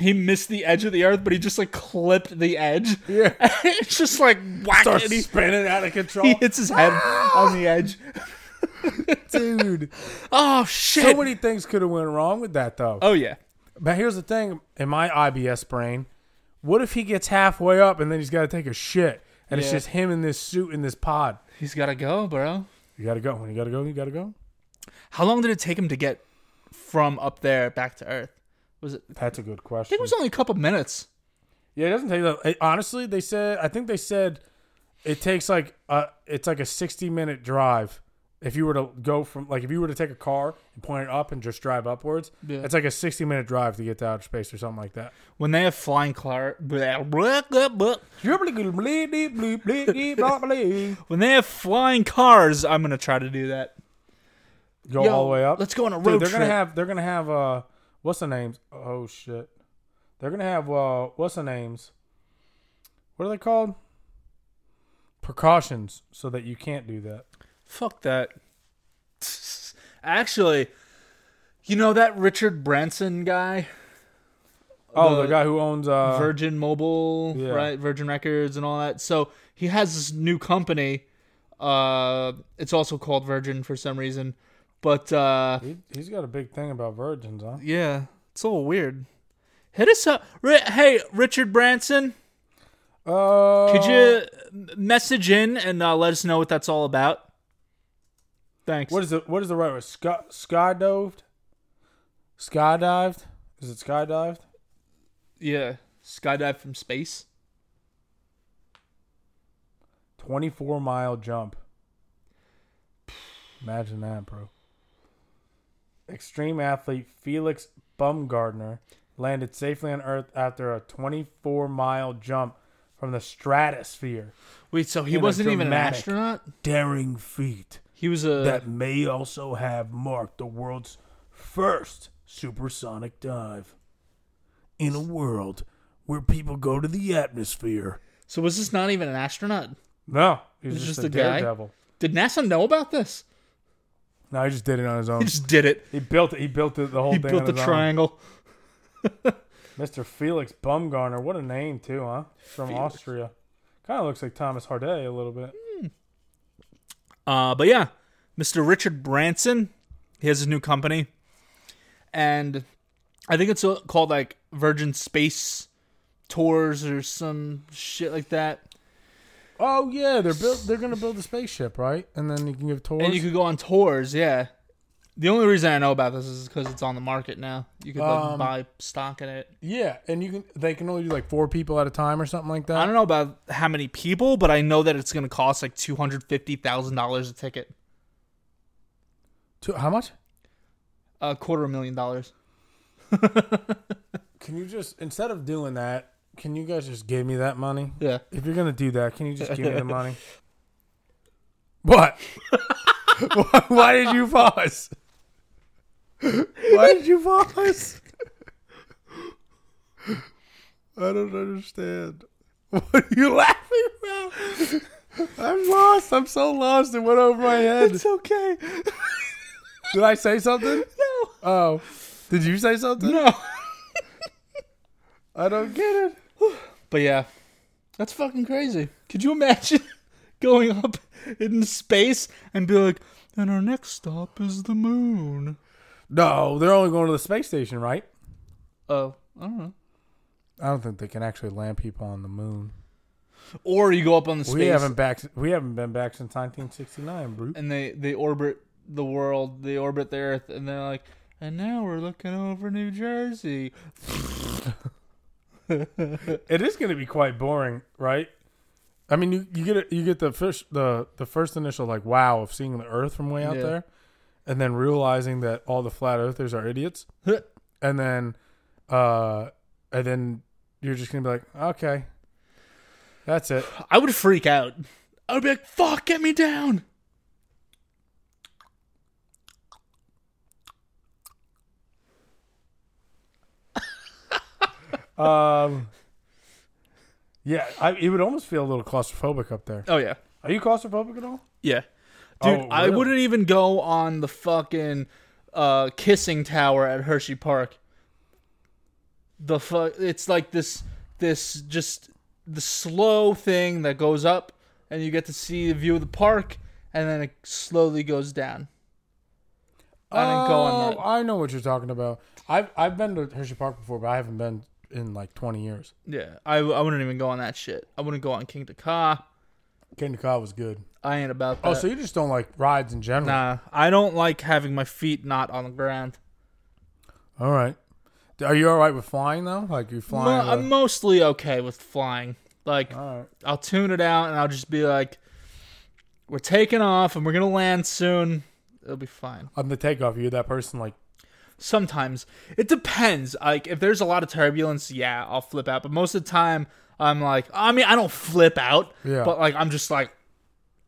Speaker 2: he missed the edge of the earth, but he just like clipped the edge?
Speaker 1: Yeah.
Speaker 2: *laughs* it's just like whack,
Speaker 1: Starts
Speaker 2: and he,
Speaker 1: spinning out of
Speaker 2: *laughs*
Speaker 1: control.
Speaker 2: he hits his head
Speaker 1: *gasps*
Speaker 2: on the edge.
Speaker 1: Dude.
Speaker 2: Oh shit!
Speaker 1: So many things could have went wrong with that though.
Speaker 2: oh yeah,
Speaker 1: But here's the thing in my IBS brain, what if he gets halfway up and then he's got to take a shit and it's
Speaker 2: Yeah.
Speaker 1: just him in this suit in this pod?
Speaker 2: he's gotta go, bro.
Speaker 1: You got to go. When you got to go, you got to go.
Speaker 2: How long did it take him to get from up there back to Earth? Was it? I
Speaker 1: That's a good question.
Speaker 2: think it was only a couple minutes.
Speaker 1: yeah, it doesn't take that. it- honestly, they said I think they said it takes like a it's like a 60 minute drive. If you were to go from like if you were to take a car and point it up and just drive upwards,
Speaker 2: Yeah.
Speaker 1: it's like a 60 minute drive to get to outer space or something
Speaker 2: *laughs*
Speaker 1: like that.
Speaker 2: When they have flying car, when
Speaker 1: Go
Speaker 2: they have flying cars, I'm gonna try to do that. Yo,
Speaker 1: all the way up.
Speaker 2: Let's go on a road
Speaker 1: Dude, they're
Speaker 2: trip.
Speaker 1: gonna have they're gonna have uh what's the names? Oh shit. They're gonna have uh what's the names? What are they called? Precautions so that you can't do that.
Speaker 2: Fuck that. *laughs* Actually, you know that Richard Branson guy,
Speaker 1: Oh, the,
Speaker 2: The-
Speaker 1: guy who owns uh
Speaker 2: Virgin Mobile,
Speaker 1: yeah.
Speaker 2: right? Virgin Records and all that. So he has this new company. Uh, it's also called Virgin for some reason, but uh,
Speaker 1: he, he's got a big thing about virgins, huh?
Speaker 2: yeah, it's a little weird. Hit us up, Ri- hey Richard Branson.
Speaker 1: Uh
Speaker 2: Could you m- message in and uh, let us know what that's all about? Thanks.
Speaker 1: what is the what is the right word? Sky skydived? Skydived? Is it skydived?
Speaker 2: yeah, skydive from space.
Speaker 1: Twenty four mile jump. Imagine that, bro. Extreme athlete Felix Bumgardner landed safely on Earth after a 24 mile jump from the stratosphere.
Speaker 2: Wait, so he
Speaker 1: In a
Speaker 2: wasn't even an
Speaker 1: dramatic-
Speaker 2: astronaut?
Speaker 1: Daring feat
Speaker 2: He was a
Speaker 1: that may also have marked the world's first supersonic dive. In a world where people go to the atmosphere.
Speaker 2: So was this not even an astronaut?
Speaker 1: No, he was
Speaker 2: It's
Speaker 1: just,
Speaker 2: just
Speaker 1: a,
Speaker 2: a guy?
Speaker 1: daredevil.
Speaker 2: Did NASA know about this?
Speaker 1: No, he just did it on his own.
Speaker 2: He just did it.
Speaker 1: He built it. He built it, the whole
Speaker 2: He
Speaker 1: thing.
Speaker 2: built
Speaker 1: on
Speaker 2: the
Speaker 1: his own.
Speaker 2: triangle.
Speaker 1: Mr. Felix Bumgarner. What a name, too, huh? From
Speaker 2: Felix.
Speaker 1: Austria. Kind of looks like Thomas Harday a little bit.
Speaker 2: Uh, but yeah, Mr. Richard Branson, he has a new company, and I think it's uh, called like Virgin Space Tours or some shit like that.
Speaker 1: Oh yeah, they're built. They're gonna build a spaceship, right? And then you can give tours.
Speaker 2: And you could go on tours, yeah. The only reason I know about this is because it's on the market now. You could like,
Speaker 1: Um,
Speaker 2: buy stock in it.
Speaker 1: yeah, and you can. They can only do like four people at a time or something like
Speaker 2: I
Speaker 1: that.
Speaker 2: don't know about how many people, but I know that it's going to cost like two hundred fifty thousand dollars a ticket,
Speaker 1: Two, how much?
Speaker 2: a quarter of a million dollars.
Speaker 1: Can you just instead of doing that, can you guys just give me that money?
Speaker 2: Yeah,
Speaker 1: If you're gonna do that, can you just give me the
Speaker 2: *laughs*
Speaker 1: money? What? *laughs* Why- Why did you pause? Why did you pause? I don't understand. What are you laughing about? I'm lost. I'm so lost. It went over my head.
Speaker 2: okay.
Speaker 1: Did I say something?
Speaker 2: *laughs* no,
Speaker 1: Oh, did you say something?
Speaker 2: *laughs* no.
Speaker 1: I don't get it.
Speaker 2: But yeah, that's fucking crazy. Could you imagine *laughs* going up into space and be like, and our next stop is the moon?
Speaker 1: No, they're only going to the space station, right?
Speaker 2: Oh, I don't know.
Speaker 1: I don't think they can actually land people on the moon.
Speaker 2: Or you go up on the
Speaker 1: We
Speaker 2: space
Speaker 1: haven't back. We haven't been back since 1969, bro.
Speaker 2: and they they orbit the world, they orbit the Earth, and they're like, and now we're looking over New Jersey.
Speaker 1: It is going to be quite boring, right? I mean, you, you get it. You get the first the the first initial like wow of seeing the Earth from way out
Speaker 2: Yeah.
Speaker 1: there, and then realizing that all the flat earthers are idiots, and then, uh, and then you're just going to be like, okay, that's it.
Speaker 2: I would freak out. I would be like, fuck, get me down.
Speaker 1: Um, yeah, I, it would almost feel a little claustrophobic up there.
Speaker 2: Oh, yeah.
Speaker 1: Are you claustrophobic at all?
Speaker 2: Yeah. Dude,
Speaker 1: Oh,
Speaker 2: I
Speaker 1: really?
Speaker 2: wouldn't even go on the fucking uh, kissing tower at Hershey Park. The fuck, it's like this, this just the slow thing that goes up, and you get to see the view of the park, and then it slowly goes down. I didn't go on
Speaker 1: Oh,
Speaker 2: that.
Speaker 1: I know what you're talking about. I've I've been to Hershey Park before, but I haven't been in like 20 years.
Speaker 2: Yeah, I, I wouldn't even go on that shit. I wouldn't go on King Ka.
Speaker 1: Kenny Cobb was good.
Speaker 2: I ain't about that.
Speaker 1: Oh, so you just don't like rides in general?
Speaker 2: nah, I don't like having my feet not on the ground.
Speaker 1: All right. Are you all right with flying though? Like you
Speaker 2: Mo-
Speaker 1: flying?
Speaker 2: I'm
Speaker 1: with-
Speaker 2: mostly okay with flying. Like,
Speaker 1: all right.
Speaker 2: I'll tune it out and I'll just be like, we're taking off and we're going to land soon. It'll be fine.
Speaker 1: On the takeoff, you're that person like
Speaker 2: Sometimes it depends. Like, if there's a lot of turbulence, yeah, I'll flip out. But most of the time, I'm like, I mean, I don't flip out,
Speaker 1: Yeah.
Speaker 2: but like, I'm just like,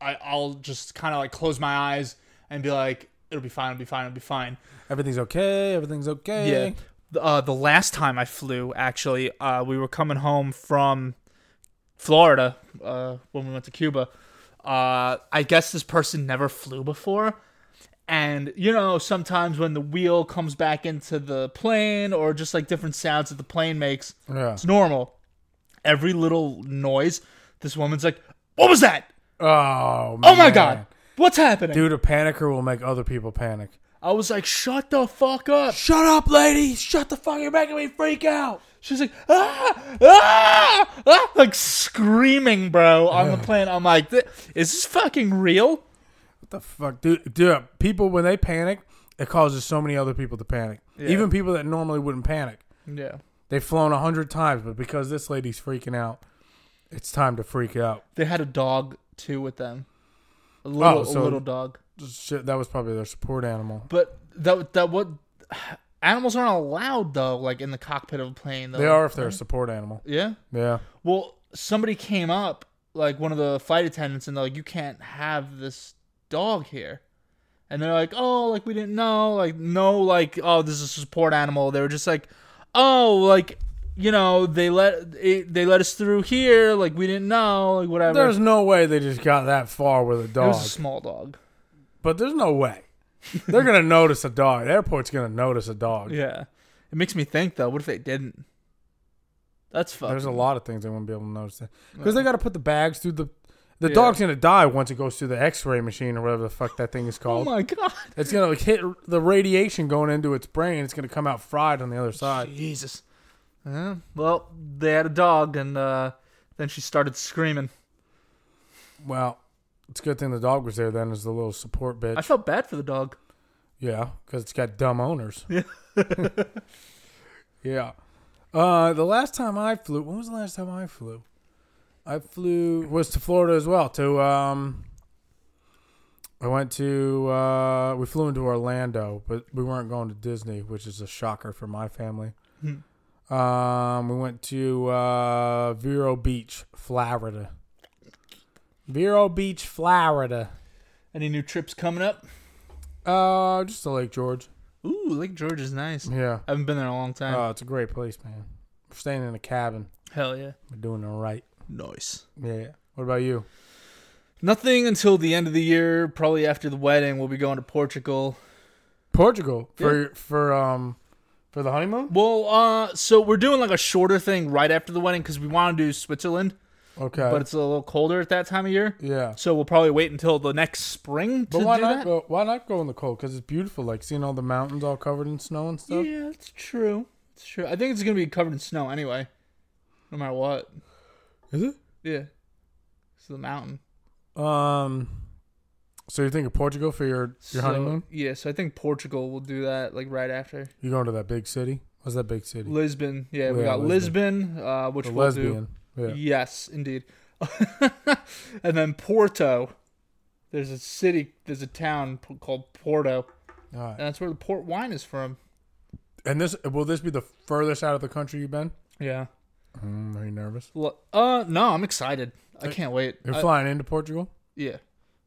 Speaker 2: I, I'll just kind of like close my eyes and be like, it'll be fine, it'll be fine, it'll be fine.
Speaker 1: everything's okay, everything's okay.
Speaker 2: Yeah. The- Uh, the last time I flew, actually, uh, we were coming home from Florida uh, when we went to Cuba. Uh, I guess this person never flew before. And, you know, sometimes when the wheel comes back into the plane or just like different sounds that the plane makes,
Speaker 1: Yeah.
Speaker 2: it's normal. Every little noise, this woman's like, What was that?
Speaker 1: Oh.
Speaker 2: Oh my
Speaker 1: man.
Speaker 2: God. What's happening?
Speaker 1: Dude, a panicker will make other people panic.
Speaker 2: I was like, Shut the fuck up.
Speaker 1: Shut up, lady! Shut the fuck! You're making me freak out.
Speaker 2: She's like, ah, ah, ah, like screaming, bro, on the plane. I'm like, "Th- is this fucking real?
Speaker 1: What the fuck, dude? Dude, people when they panic, it causes so many other people to panic. Even people that normally wouldn't panic.
Speaker 2: Yeah.
Speaker 1: They've flown a hundred times, but because this lady's freaking out, it's time to freak out.
Speaker 2: They had a dog too with them, a little,
Speaker 1: Oh, so-
Speaker 2: a little dog.
Speaker 1: Shit, that was probably their support animal.
Speaker 2: But that that what *sighs* animals aren't allowed though, like in the cockpit of a plane. Though.
Speaker 1: They are if they're a support animal.
Speaker 2: Yeah.
Speaker 1: Yeah.
Speaker 2: Well, somebody came up, like one of the flight attendants, and they're like, "You can't have this dog here." And they're like, "Oh, like we didn't know, like no, like oh, this is a support animal." They were just like, "Oh, like you know, they let it, they let us through here, like we didn't know, like whatever."
Speaker 1: There's no way they just got that far with a
Speaker 2: it
Speaker 1: dog.
Speaker 2: was a small dog.
Speaker 1: but there's no way. They're
Speaker 2: *laughs*
Speaker 1: gonna notice a dog. The airport's gonna notice a dog.
Speaker 2: Yeah, it makes me think though. What if they didn't? That's fucked.
Speaker 1: There's a lot of things they won't be able to notice because they got to put the bags through the. The
Speaker 2: Yeah.
Speaker 1: dog's gonna die once it goes through the X-ray machine or whatever the fuck that thing is
Speaker 2: Oh
Speaker 1: called.
Speaker 2: my god!
Speaker 1: it's gonna like, hit the radiation going into its brain. It's gonna come out fried on the other side.
Speaker 2: Jesus. Yeah, well, they had a dog, and uh, then she started screaming.
Speaker 1: Well, it's a good thing the dog was there then as the little support bitch.
Speaker 2: I felt bad for the dog.
Speaker 1: Yeah, because it's got dumb owners.
Speaker 2: Yeah.
Speaker 1: *laughs* yeah. Uh, the last time I flew, when was the last time I flew? I flew was to Florida as well. To um, I went to uh, we flew into Orlando, but we weren't going to Disney, which is a shocker for my family.
Speaker 2: Hmm.
Speaker 1: Um, we went to uh, Vero Beach, Florida. Vero Beach, Florida.
Speaker 2: Any new trips coming up?
Speaker 1: Uh, just to Lake George.
Speaker 2: Ooh, Lake George is nice.
Speaker 1: Yeah.
Speaker 2: I haven't been there in a long time.
Speaker 1: Oh, it's a great place, man. We're staying in a cabin.
Speaker 2: Hell yeah.
Speaker 1: We're doing it right.
Speaker 2: Nice.
Speaker 1: Yeah. What about you?
Speaker 2: Nothing until the end of the year. Probably after the wedding, we'll be going to Portugal.
Speaker 1: Portugal for for um for the honeymoon?
Speaker 2: Well, uh, so we're doing like a shorter thing right after the wedding because we want to do Switzerland,
Speaker 1: Okay.
Speaker 2: but it's a little colder at that time of year.
Speaker 1: yeah.
Speaker 2: So we'll probably wait until the next spring to
Speaker 1: But why
Speaker 2: do
Speaker 1: not
Speaker 2: that.
Speaker 1: go? Why not go in the cold? Because it's beautiful. Like seeing all the mountains all covered in snow and stuff.
Speaker 2: Yeah, it's true. It's true. I think it's gonna be covered in snow anyway, no matter what.
Speaker 1: Is it?
Speaker 2: Yeah, it's the mountain.
Speaker 1: Um. So you think of Portugal for your your
Speaker 2: So-
Speaker 1: honeymoon?
Speaker 2: Yeah, so I think Portugal will do that like right after
Speaker 1: You going to that big city? What's that big city?
Speaker 2: Lisbon. Yeah, we
Speaker 1: Yeah,
Speaker 2: got Lisbon, uh, which
Speaker 1: The
Speaker 2: we'll
Speaker 1: lesbian.
Speaker 2: do.
Speaker 1: Yeah.
Speaker 2: Yes, indeed. *laughs* and then Porto. There's a city. There's a town p- called Porto,
Speaker 1: All right.
Speaker 2: and that's where the port wine is from.
Speaker 1: And this will this be the furthest out of the country you've been?
Speaker 2: Yeah.
Speaker 1: Mm, are you nervous?
Speaker 2: Well, Uh, no, I'm excited. I can't wait.
Speaker 1: You're
Speaker 2: I-
Speaker 1: flying into Portugal?
Speaker 2: Yeah,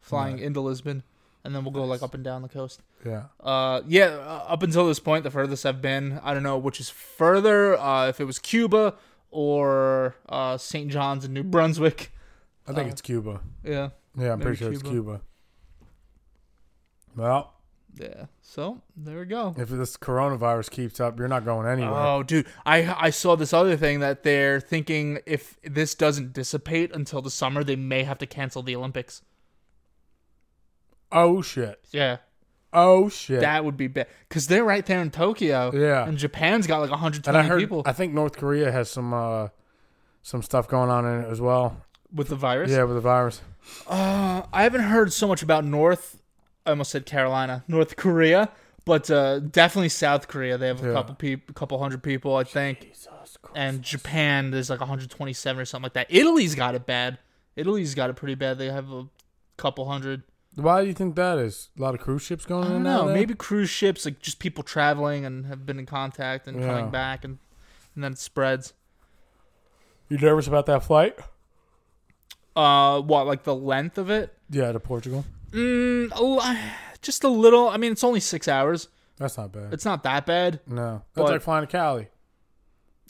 Speaker 2: flying into Lisbon, and then we'll go like up and down the coast.
Speaker 1: Yeah.
Speaker 2: Uh, yeah, uh, up until this point, the furthest I've been, I don't know which is further. Uh, if it was Cuba or uh, St. John's in New Brunswick. *laughs*
Speaker 1: I think
Speaker 2: Uh,
Speaker 1: it's Cuba.
Speaker 2: Yeah,
Speaker 1: Yeah, I'm
Speaker 2: maybe
Speaker 1: pretty sure it's
Speaker 2: Cuba.
Speaker 1: Cuba. Well,
Speaker 2: yeah. So there we go.
Speaker 1: if this coronavirus keeps up, you're not going anywhere.
Speaker 2: Oh, dude, I I saw this other thing that they're thinking if this doesn't dissipate until the summer, they may have to cancel the Olympics.
Speaker 1: oh shit.
Speaker 2: Yeah,
Speaker 1: Oh shit.
Speaker 2: that would be bad because they're right there in Tokyo.
Speaker 1: Yeah.
Speaker 2: and Japan's got like
Speaker 1: and
Speaker 2: 120
Speaker 1: I heard
Speaker 2: people
Speaker 1: I think North Korea has some uh some stuff going on in it as well.
Speaker 2: with the virus.
Speaker 1: Yeah, with the virus.
Speaker 2: Uh, I haven't heard so much about North. I almost said Carolina, North Korea, but uh, definitely South Korea. They have a
Speaker 1: Yeah.
Speaker 2: couple peop a couple hundred people, I think. And Japan, there's like 127 or something like that. Italy's got it bad. Italy's got it pretty bad. They have a couple hundred.
Speaker 1: Why do you think that is? A lot of cruise ships going
Speaker 2: I
Speaker 1: in
Speaker 2: don't
Speaker 1: and out
Speaker 2: know.
Speaker 1: of there?
Speaker 2: Maybe cruise ships, like just people traveling and have been in contact and
Speaker 1: Yeah.
Speaker 2: coming back, and and then it spreads.
Speaker 1: You nervous about that flight?
Speaker 2: Uh, what like the length of it?
Speaker 1: Yeah, to Portugal.
Speaker 2: Mm, a li- just a little. I mean, it's only six hours.
Speaker 1: That's not bad.
Speaker 2: It's not that bad.
Speaker 1: no. That's
Speaker 2: But-
Speaker 1: like flying to Cali.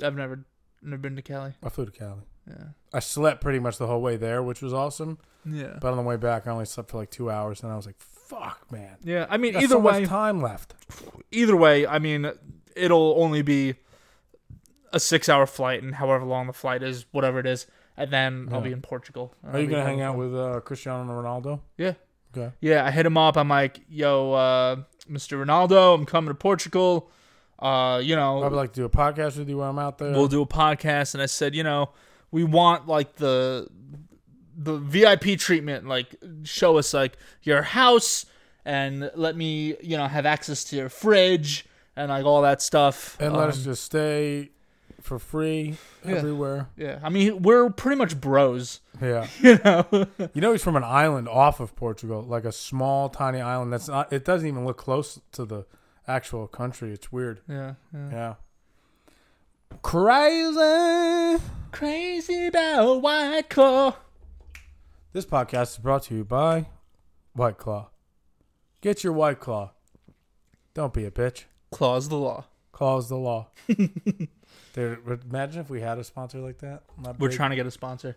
Speaker 2: I've never never been to Cali.
Speaker 1: I flew to Cali.
Speaker 2: Yeah.
Speaker 1: I slept pretty much the whole way there, which was awesome.
Speaker 2: Yeah.
Speaker 1: But on the way back, I only slept for like two hours, and I was like, "Fuck, man."
Speaker 2: Yeah. I mean,
Speaker 1: Got
Speaker 2: either
Speaker 1: so
Speaker 2: way,
Speaker 1: much time left.
Speaker 2: either way, I mean, it'll only be a six-hour flight, and however long the flight is, whatever it is, and then I'll
Speaker 1: Yeah.
Speaker 2: be in Portugal.
Speaker 1: Are you gonna hang out with uh, Cristiano Ronaldo?
Speaker 2: Yeah.
Speaker 1: Okay.
Speaker 2: Yeah. I hit him up. I'm like, "Yo, uh, Mr. Ronaldo, I'm coming to Portugal. Uh, you know,
Speaker 1: I would like to do a podcast with you while I'm out there.
Speaker 2: we'll do a podcast and i said you know we want like the the vip treatment like show us like your house and let me you know have access to your fridge and like all that stuff
Speaker 1: and let
Speaker 2: Um,
Speaker 1: us just stay for free
Speaker 2: Yeah.
Speaker 1: everywhere.
Speaker 2: yeah i mean we're pretty much bros
Speaker 1: Yeah.
Speaker 2: *laughs* you know
Speaker 1: you know he's from an island off of Portugal, like a small, tiny island. That's not. It doesn't even look close to the actual country. It's weird.
Speaker 2: yeah, yeah.
Speaker 1: Yeah. Crazy.
Speaker 2: crazy about white claw
Speaker 1: This podcast is brought to you by White Claw. Get your White Claw. Don't be a bitch.
Speaker 2: claws the law
Speaker 1: Claw's the *laughs* law. Dude, but imagine if we had a sponsor like that. My
Speaker 2: we're
Speaker 1: big-
Speaker 2: trying to get a sponsor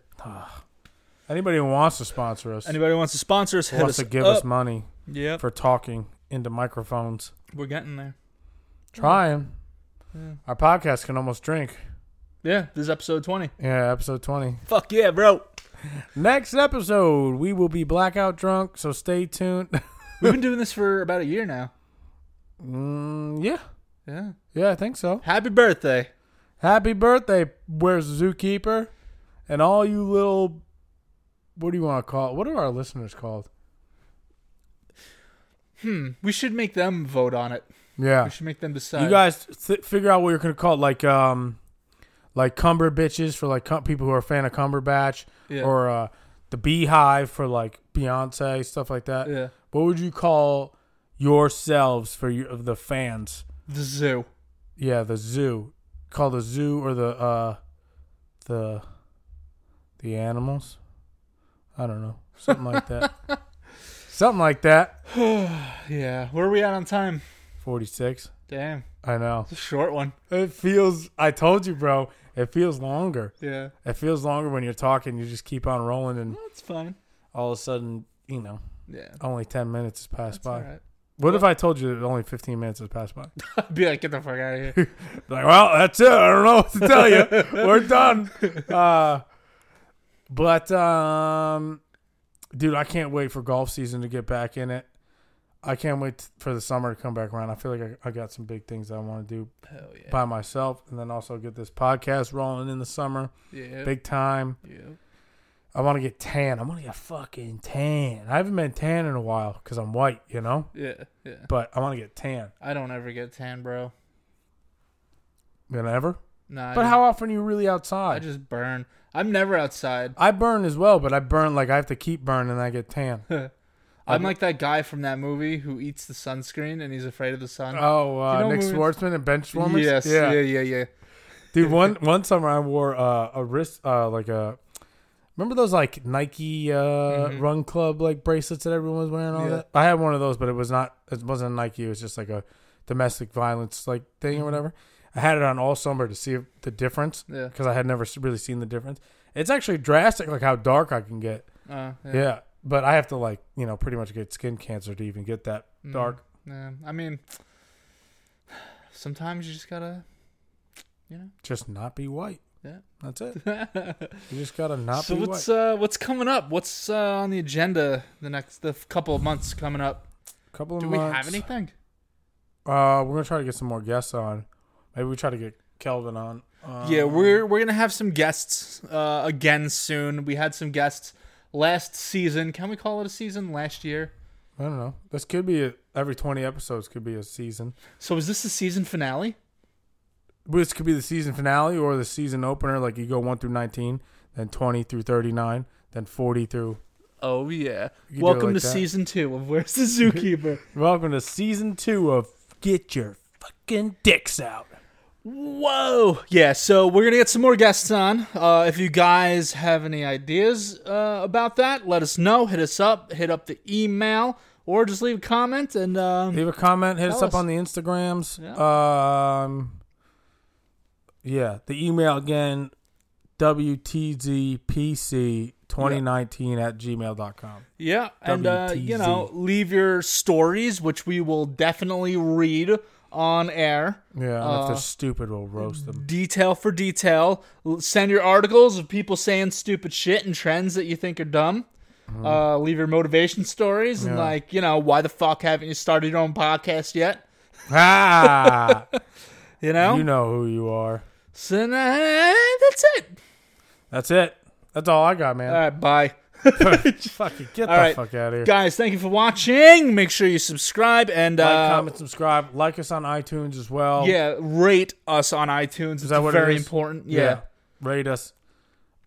Speaker 1: Anybody who wants to sponsor us,
Speaker 2: anybody who wants to sponsor us hit
Speaker 1: wants
Speaker 2: us
Speaker 1: to give
Speaker 2: up.
Speaker 1: us money
Speaker 2: yep
Speaker 1: for talking into microphones,
Speaker 2: we're getting there
Speaker 1: trying.
Speaker 2: Yeah.
Speaker 1: Our podcast can almost drink.
Speaker 2: yeah this is episode 20
Speaker 1: Yeah, episode 20.
Speaker 2: fuck yeah bro
Speaker 1: Next episode, we will be blackout drunk, so stay tuned. *laughs*
Speaker 2: we've been doing this for about a year now
Speaker 1: mm, yeah.
Speaker 2: yeah
Speaker 1: Yeah, I think so.
Speaker 2: Happy birthday.
Speaker 1: Happy birthday, where's the zookeeper? And all you little what do you want to call it? What are our listeners called?
Speaker 2: Hmm. We should make them vote on it.
Speaker 1: Yeah.
Speaker 2: We should make them decide.
Speaker 1: You guys th- figure out what you're going to call it. Like, um, like Cumber Bitches for like cum- people who are a fan of Cumberbatch
Speaker 2: yeah.
Speaker 1: or uh, the Beehive for like Beyonce, stuff like that.
Speaker 2: yeah.
Speaker 1: What would you call yourselves for your, of the fans?
Speaker 2: The zoo.
Speaker 1: Yeah, the zoo. Call the zoo or the uh the the animals. I don't know. Something like that.
Speaker 2: *laughs*
Speaker 1: Something like that.
Speaker 2: Yeah. Where are we at on time?
Speaker 1: 46.
Speaker 2: Damn.
Speaker 1: I know.
Speaker 2: It's a short one.
Speaker 1: It feels I told you, bro. It feels longer.
Speaker 2: Yeah.
Speaker 1: It feels longer when you're talking. You just keep on rolling and
Speaker 2: That's fine.
Speaker 1: all of a sudden, you know,
Speaker 2: Yeah.
Speaker 1: only 10 minutes has passed
Speaker 2: That's
Speaker 1: by.
Speaker 2: all right. *laughs*
Speaker 1: What if I told you that only 15 minutes has passed by? *laughs*
Speaker 2: I'd be like, get the fuck out of here.
Speaker 1: like, well, that's it. I don't know what to tell
Speaker 2: *laughs*
Speaker 1: you. We're done. Uh, but, um, dude, I can't wait for golf season to get back in it. I can't wait t- for the summer to come back around. I feel like I, I got some big things I want to do
Speaker 2: Hell yeah.
Speaker 1: by myself and then also get this podcast rolling in the summer.
Speaker 2: yeah.
Speaker 1: Big time.
Speaker 2: yeah.
Speaker 1: I want to get tan. I want to get fucking tan. I haven't been tan in a while because I'm white, you know?
Speaker 2: Yeah. Yeah.
Speaker 1: But I want to get tan.
Speaker 2: I don't ever get tan, bro.
Speaker 1: Whenever.
Speaker 2: Nah. I
Speaker 1: But
Speaker 2: just-
Speaker 1: how often are you really
Speaker 2: I
Speaker 1: outside?
Speaker 2: just burn. I'm never outside.
Speaker 1: I burn as well, but I burn like I have to keep burning and I get
Speaker 2: *laughs*
Speaker 1: tan.
Speaker 2: I'm like that guy from that movie who eats the sunscreen and he's afraid of the sun.
Speaker 1: Oh, uh,
Speaker 2: You know
Speaker 1: Nick
Speaker 2: when we-
Speaker 1: Swartzman and bench warmers.
Speaker 2: Yes. Yeah.
Speaker 1: yeah,
Speaker 2: Yeah. Yeah.
Speaker 1: dude. One one summer I wore uh, a wrist uh, like a remember those like Nike uh,
Speaker 2: Mhm.
Speaker 1: Run Club like bracelets that everyone was wearing. All
Speaker 2: Yeah.
Speaker 1: that I had one of those, but it was not. It wasn't a Nike. It was just like a domestic violence like thing
Speaker 2: Mm-hmm.
Speaker 1: or whatever. I had it on all summer to see the difference
Speaker 2: Yeah.
Speaker 1: because I had never s- really seen the difference. It's actually drastic, like how dark I can get.
Speaker 2: Uh,
Speaker 1: Yeah. But I have to like, you know, pretty much get skin cancer to even get that
Speaker 2: Mm,
Speaker 1: dark.
Speaker 2: Yeah. I mean, sometimes you
Speaker 1: *laughs*
Speaker 2: just gotta, you
Speaker 1: Just not be white.
Speaker 2: Yeah.
Speaker 1: That's it.
Speaker 2: know.
Speaker 1: You just
Speaker 2: *laughs*
Speaker 1: gotta not
Speaker 2: so
Speaker 1: be
Speaker 2: what's
Speaker 1: white.
Speaker 2: uh what's coming up? What's uh, on the agenda the next the f- couple of months coming up?
Speaker 1: Couple of
Speaker 2: Do we
Speaker 1: months.
Speaker 2: have anything?
Speaker 1: Uh we're gonna try to get some more guests on. Maybe we try to get Kelvin on. Um,
Speaker 2: yeah, we're we're gonna have some guests uh, again soon. We had some guests last season. Can we call it a season? Last year.
Speaker 1: I don't know. This could be a, every twenty episodes could be a season.
Speaker 2: So is this the season finale?
Speaker 1: This could be the season finale or the season opener, like you go one through nineteen, then twenty through thirty nine, then forty through
Speaker 2: Oh yeah!
Speaker 1: You do it
Speaker 2: Welcome
Speaker 1: like
Speaker 2: to
Speaker 1: that.
Speaker 2: season two of Where's the Zookeeper?
Speaker 1: Welcome to season two of Get Your Fucking Dicks Out.
Speaker 2: Whoa! Yeah, so we're gonna get some more guests on. Uh, if you guys have any ideas uh, about that, let us know. Hit us up. Hit up the email, or just leave a comment. And um,
Speaker 1: Leave a comment. Hit us
Speaker 2: Tell
Speaker 1: up
Speaker 2: us.
Speaker 1: on the Instagrams. Um, yeah, the email again, WTZPC2019 at gmail.com.
Speaker 2: yeah, and uh, you know, leave your stories, which we will definitely read on air.
Speaker 1: Yeah, and if
Speaker 2: Uh,
Speaker 1: they're stupid, we'll roast
Speaker 2: *laughs*
Speaker 1: them.
Speaker 2: detail for detail. L- Send your articles of people saying stupid shit and trends that you think are dumb. Uh, leave your motivation stories and
Speaker 1: Uh-huh. Yeah.
Speaker 2: like you know why the fuck haven't you started your own podcast yet?
Speaker 1: ah,
Speaker 2: You know.
Speaker 1: you know who you are.
Speaker 2: So uh, that's it.
Speaker 1: That's it. That's all I got,
Speaker 2: All
Speaker 1: man.
Speaker 2: right, bye.
Speaker 1: *laughs* Fuck it. Get
Speaker 2: All
Speaker 1: the
Speaker 2: right.
Speaker 1: fuck out of here.
Speaker 2: Guys, thank you for watching. Make sure you subscribe and
Speaker 1: like,
Speaker 2: uh,
Speaker 1: comment, subscribe. Like us on iTunes as well.
Speaker 2: yeah, rate us on iTunes. Is
Speaker 1: that what it
Speaker 2: very
Speaker 1: is?
Speaker 2: important?
Speaker 1: Yeah.
Speaker 2: Yeah.
Speaker 1: Rate us.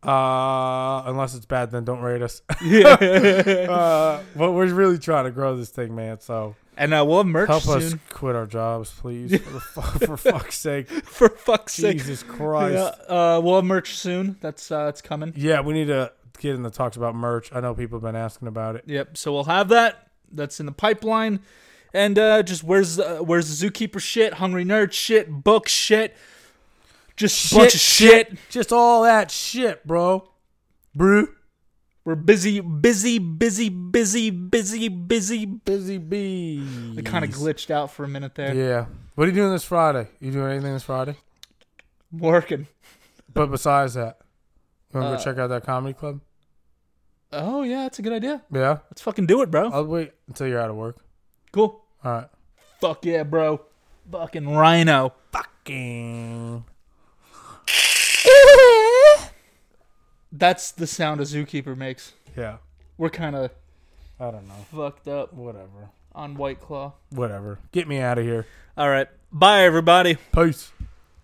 Speaker 1: Uh, unless it's bad, then don't rate
Speaker 2: *laughs*
Speaker 1: us. *laughs* uh, but we're really trying to grow this thing, man. So
Speaker 2: And uh, we'll have merch
Speaker 1: help
Speaker 2: soon. *laughs*
Speaker 1: us quit our jobs, please. For, the fu- for fuck's sake,
Speaker 2: For *laughs* fuck's sake.
Speaker 1: Jesus Christ.
Speaker 2: Yeah, uh, we'll have merch soon. That's uh, it's coming.
Speaker 1: Yeah, we need to get in the talks about merch. I know people have been asking about it.
Speaker 2: Yep. So we'll have that. That's in the pipeline. And uh, just where's uh, where's the zookeeper shit, hungry nerd shit, book shit, just bunch of shit.
Speaker 1: Just all that shit, bro. Bro,
Speaker 2: We're busy, busy, busy, busy, busy, busy.
Speaker 1: busy bee.
Speaker 2: It kind of glitched out for a minute there.
Speaker 1: Yeah. What are you doing this Friday? You doing anything this Friday?
Speaker 2: Working.
Speaker 1: But besides that, you want to
Speaker 2: Uh,
Speaker 1: go check out that comedy club?
Speaker 2: Oh yeah, that's a good idea.
Speaker 1: Yeah.
Speaker 2: Let's fucking do it, bro.
Speaker 1: I'll wait until you're out of work.
Speaker 2: cool.
Speaker 1: All right.
Speaker 2: Fuck yeah, bro. Fucking rhino.
Speaker 1: Fucking.
Speaker 2: That's the sound a zookeeper makes.
Speaker 1: Yeah.
Speaker 2: We're kind of
Speaker 1: I don't know.
Speaker 2: fucked up
Speaker 1: Whatever.
Speaker 2: on White Claw.
Speaker 1: Whatever. Get me out of here.
Speaker 2: All right. Bye, everybody.
Speaker 1: Peace.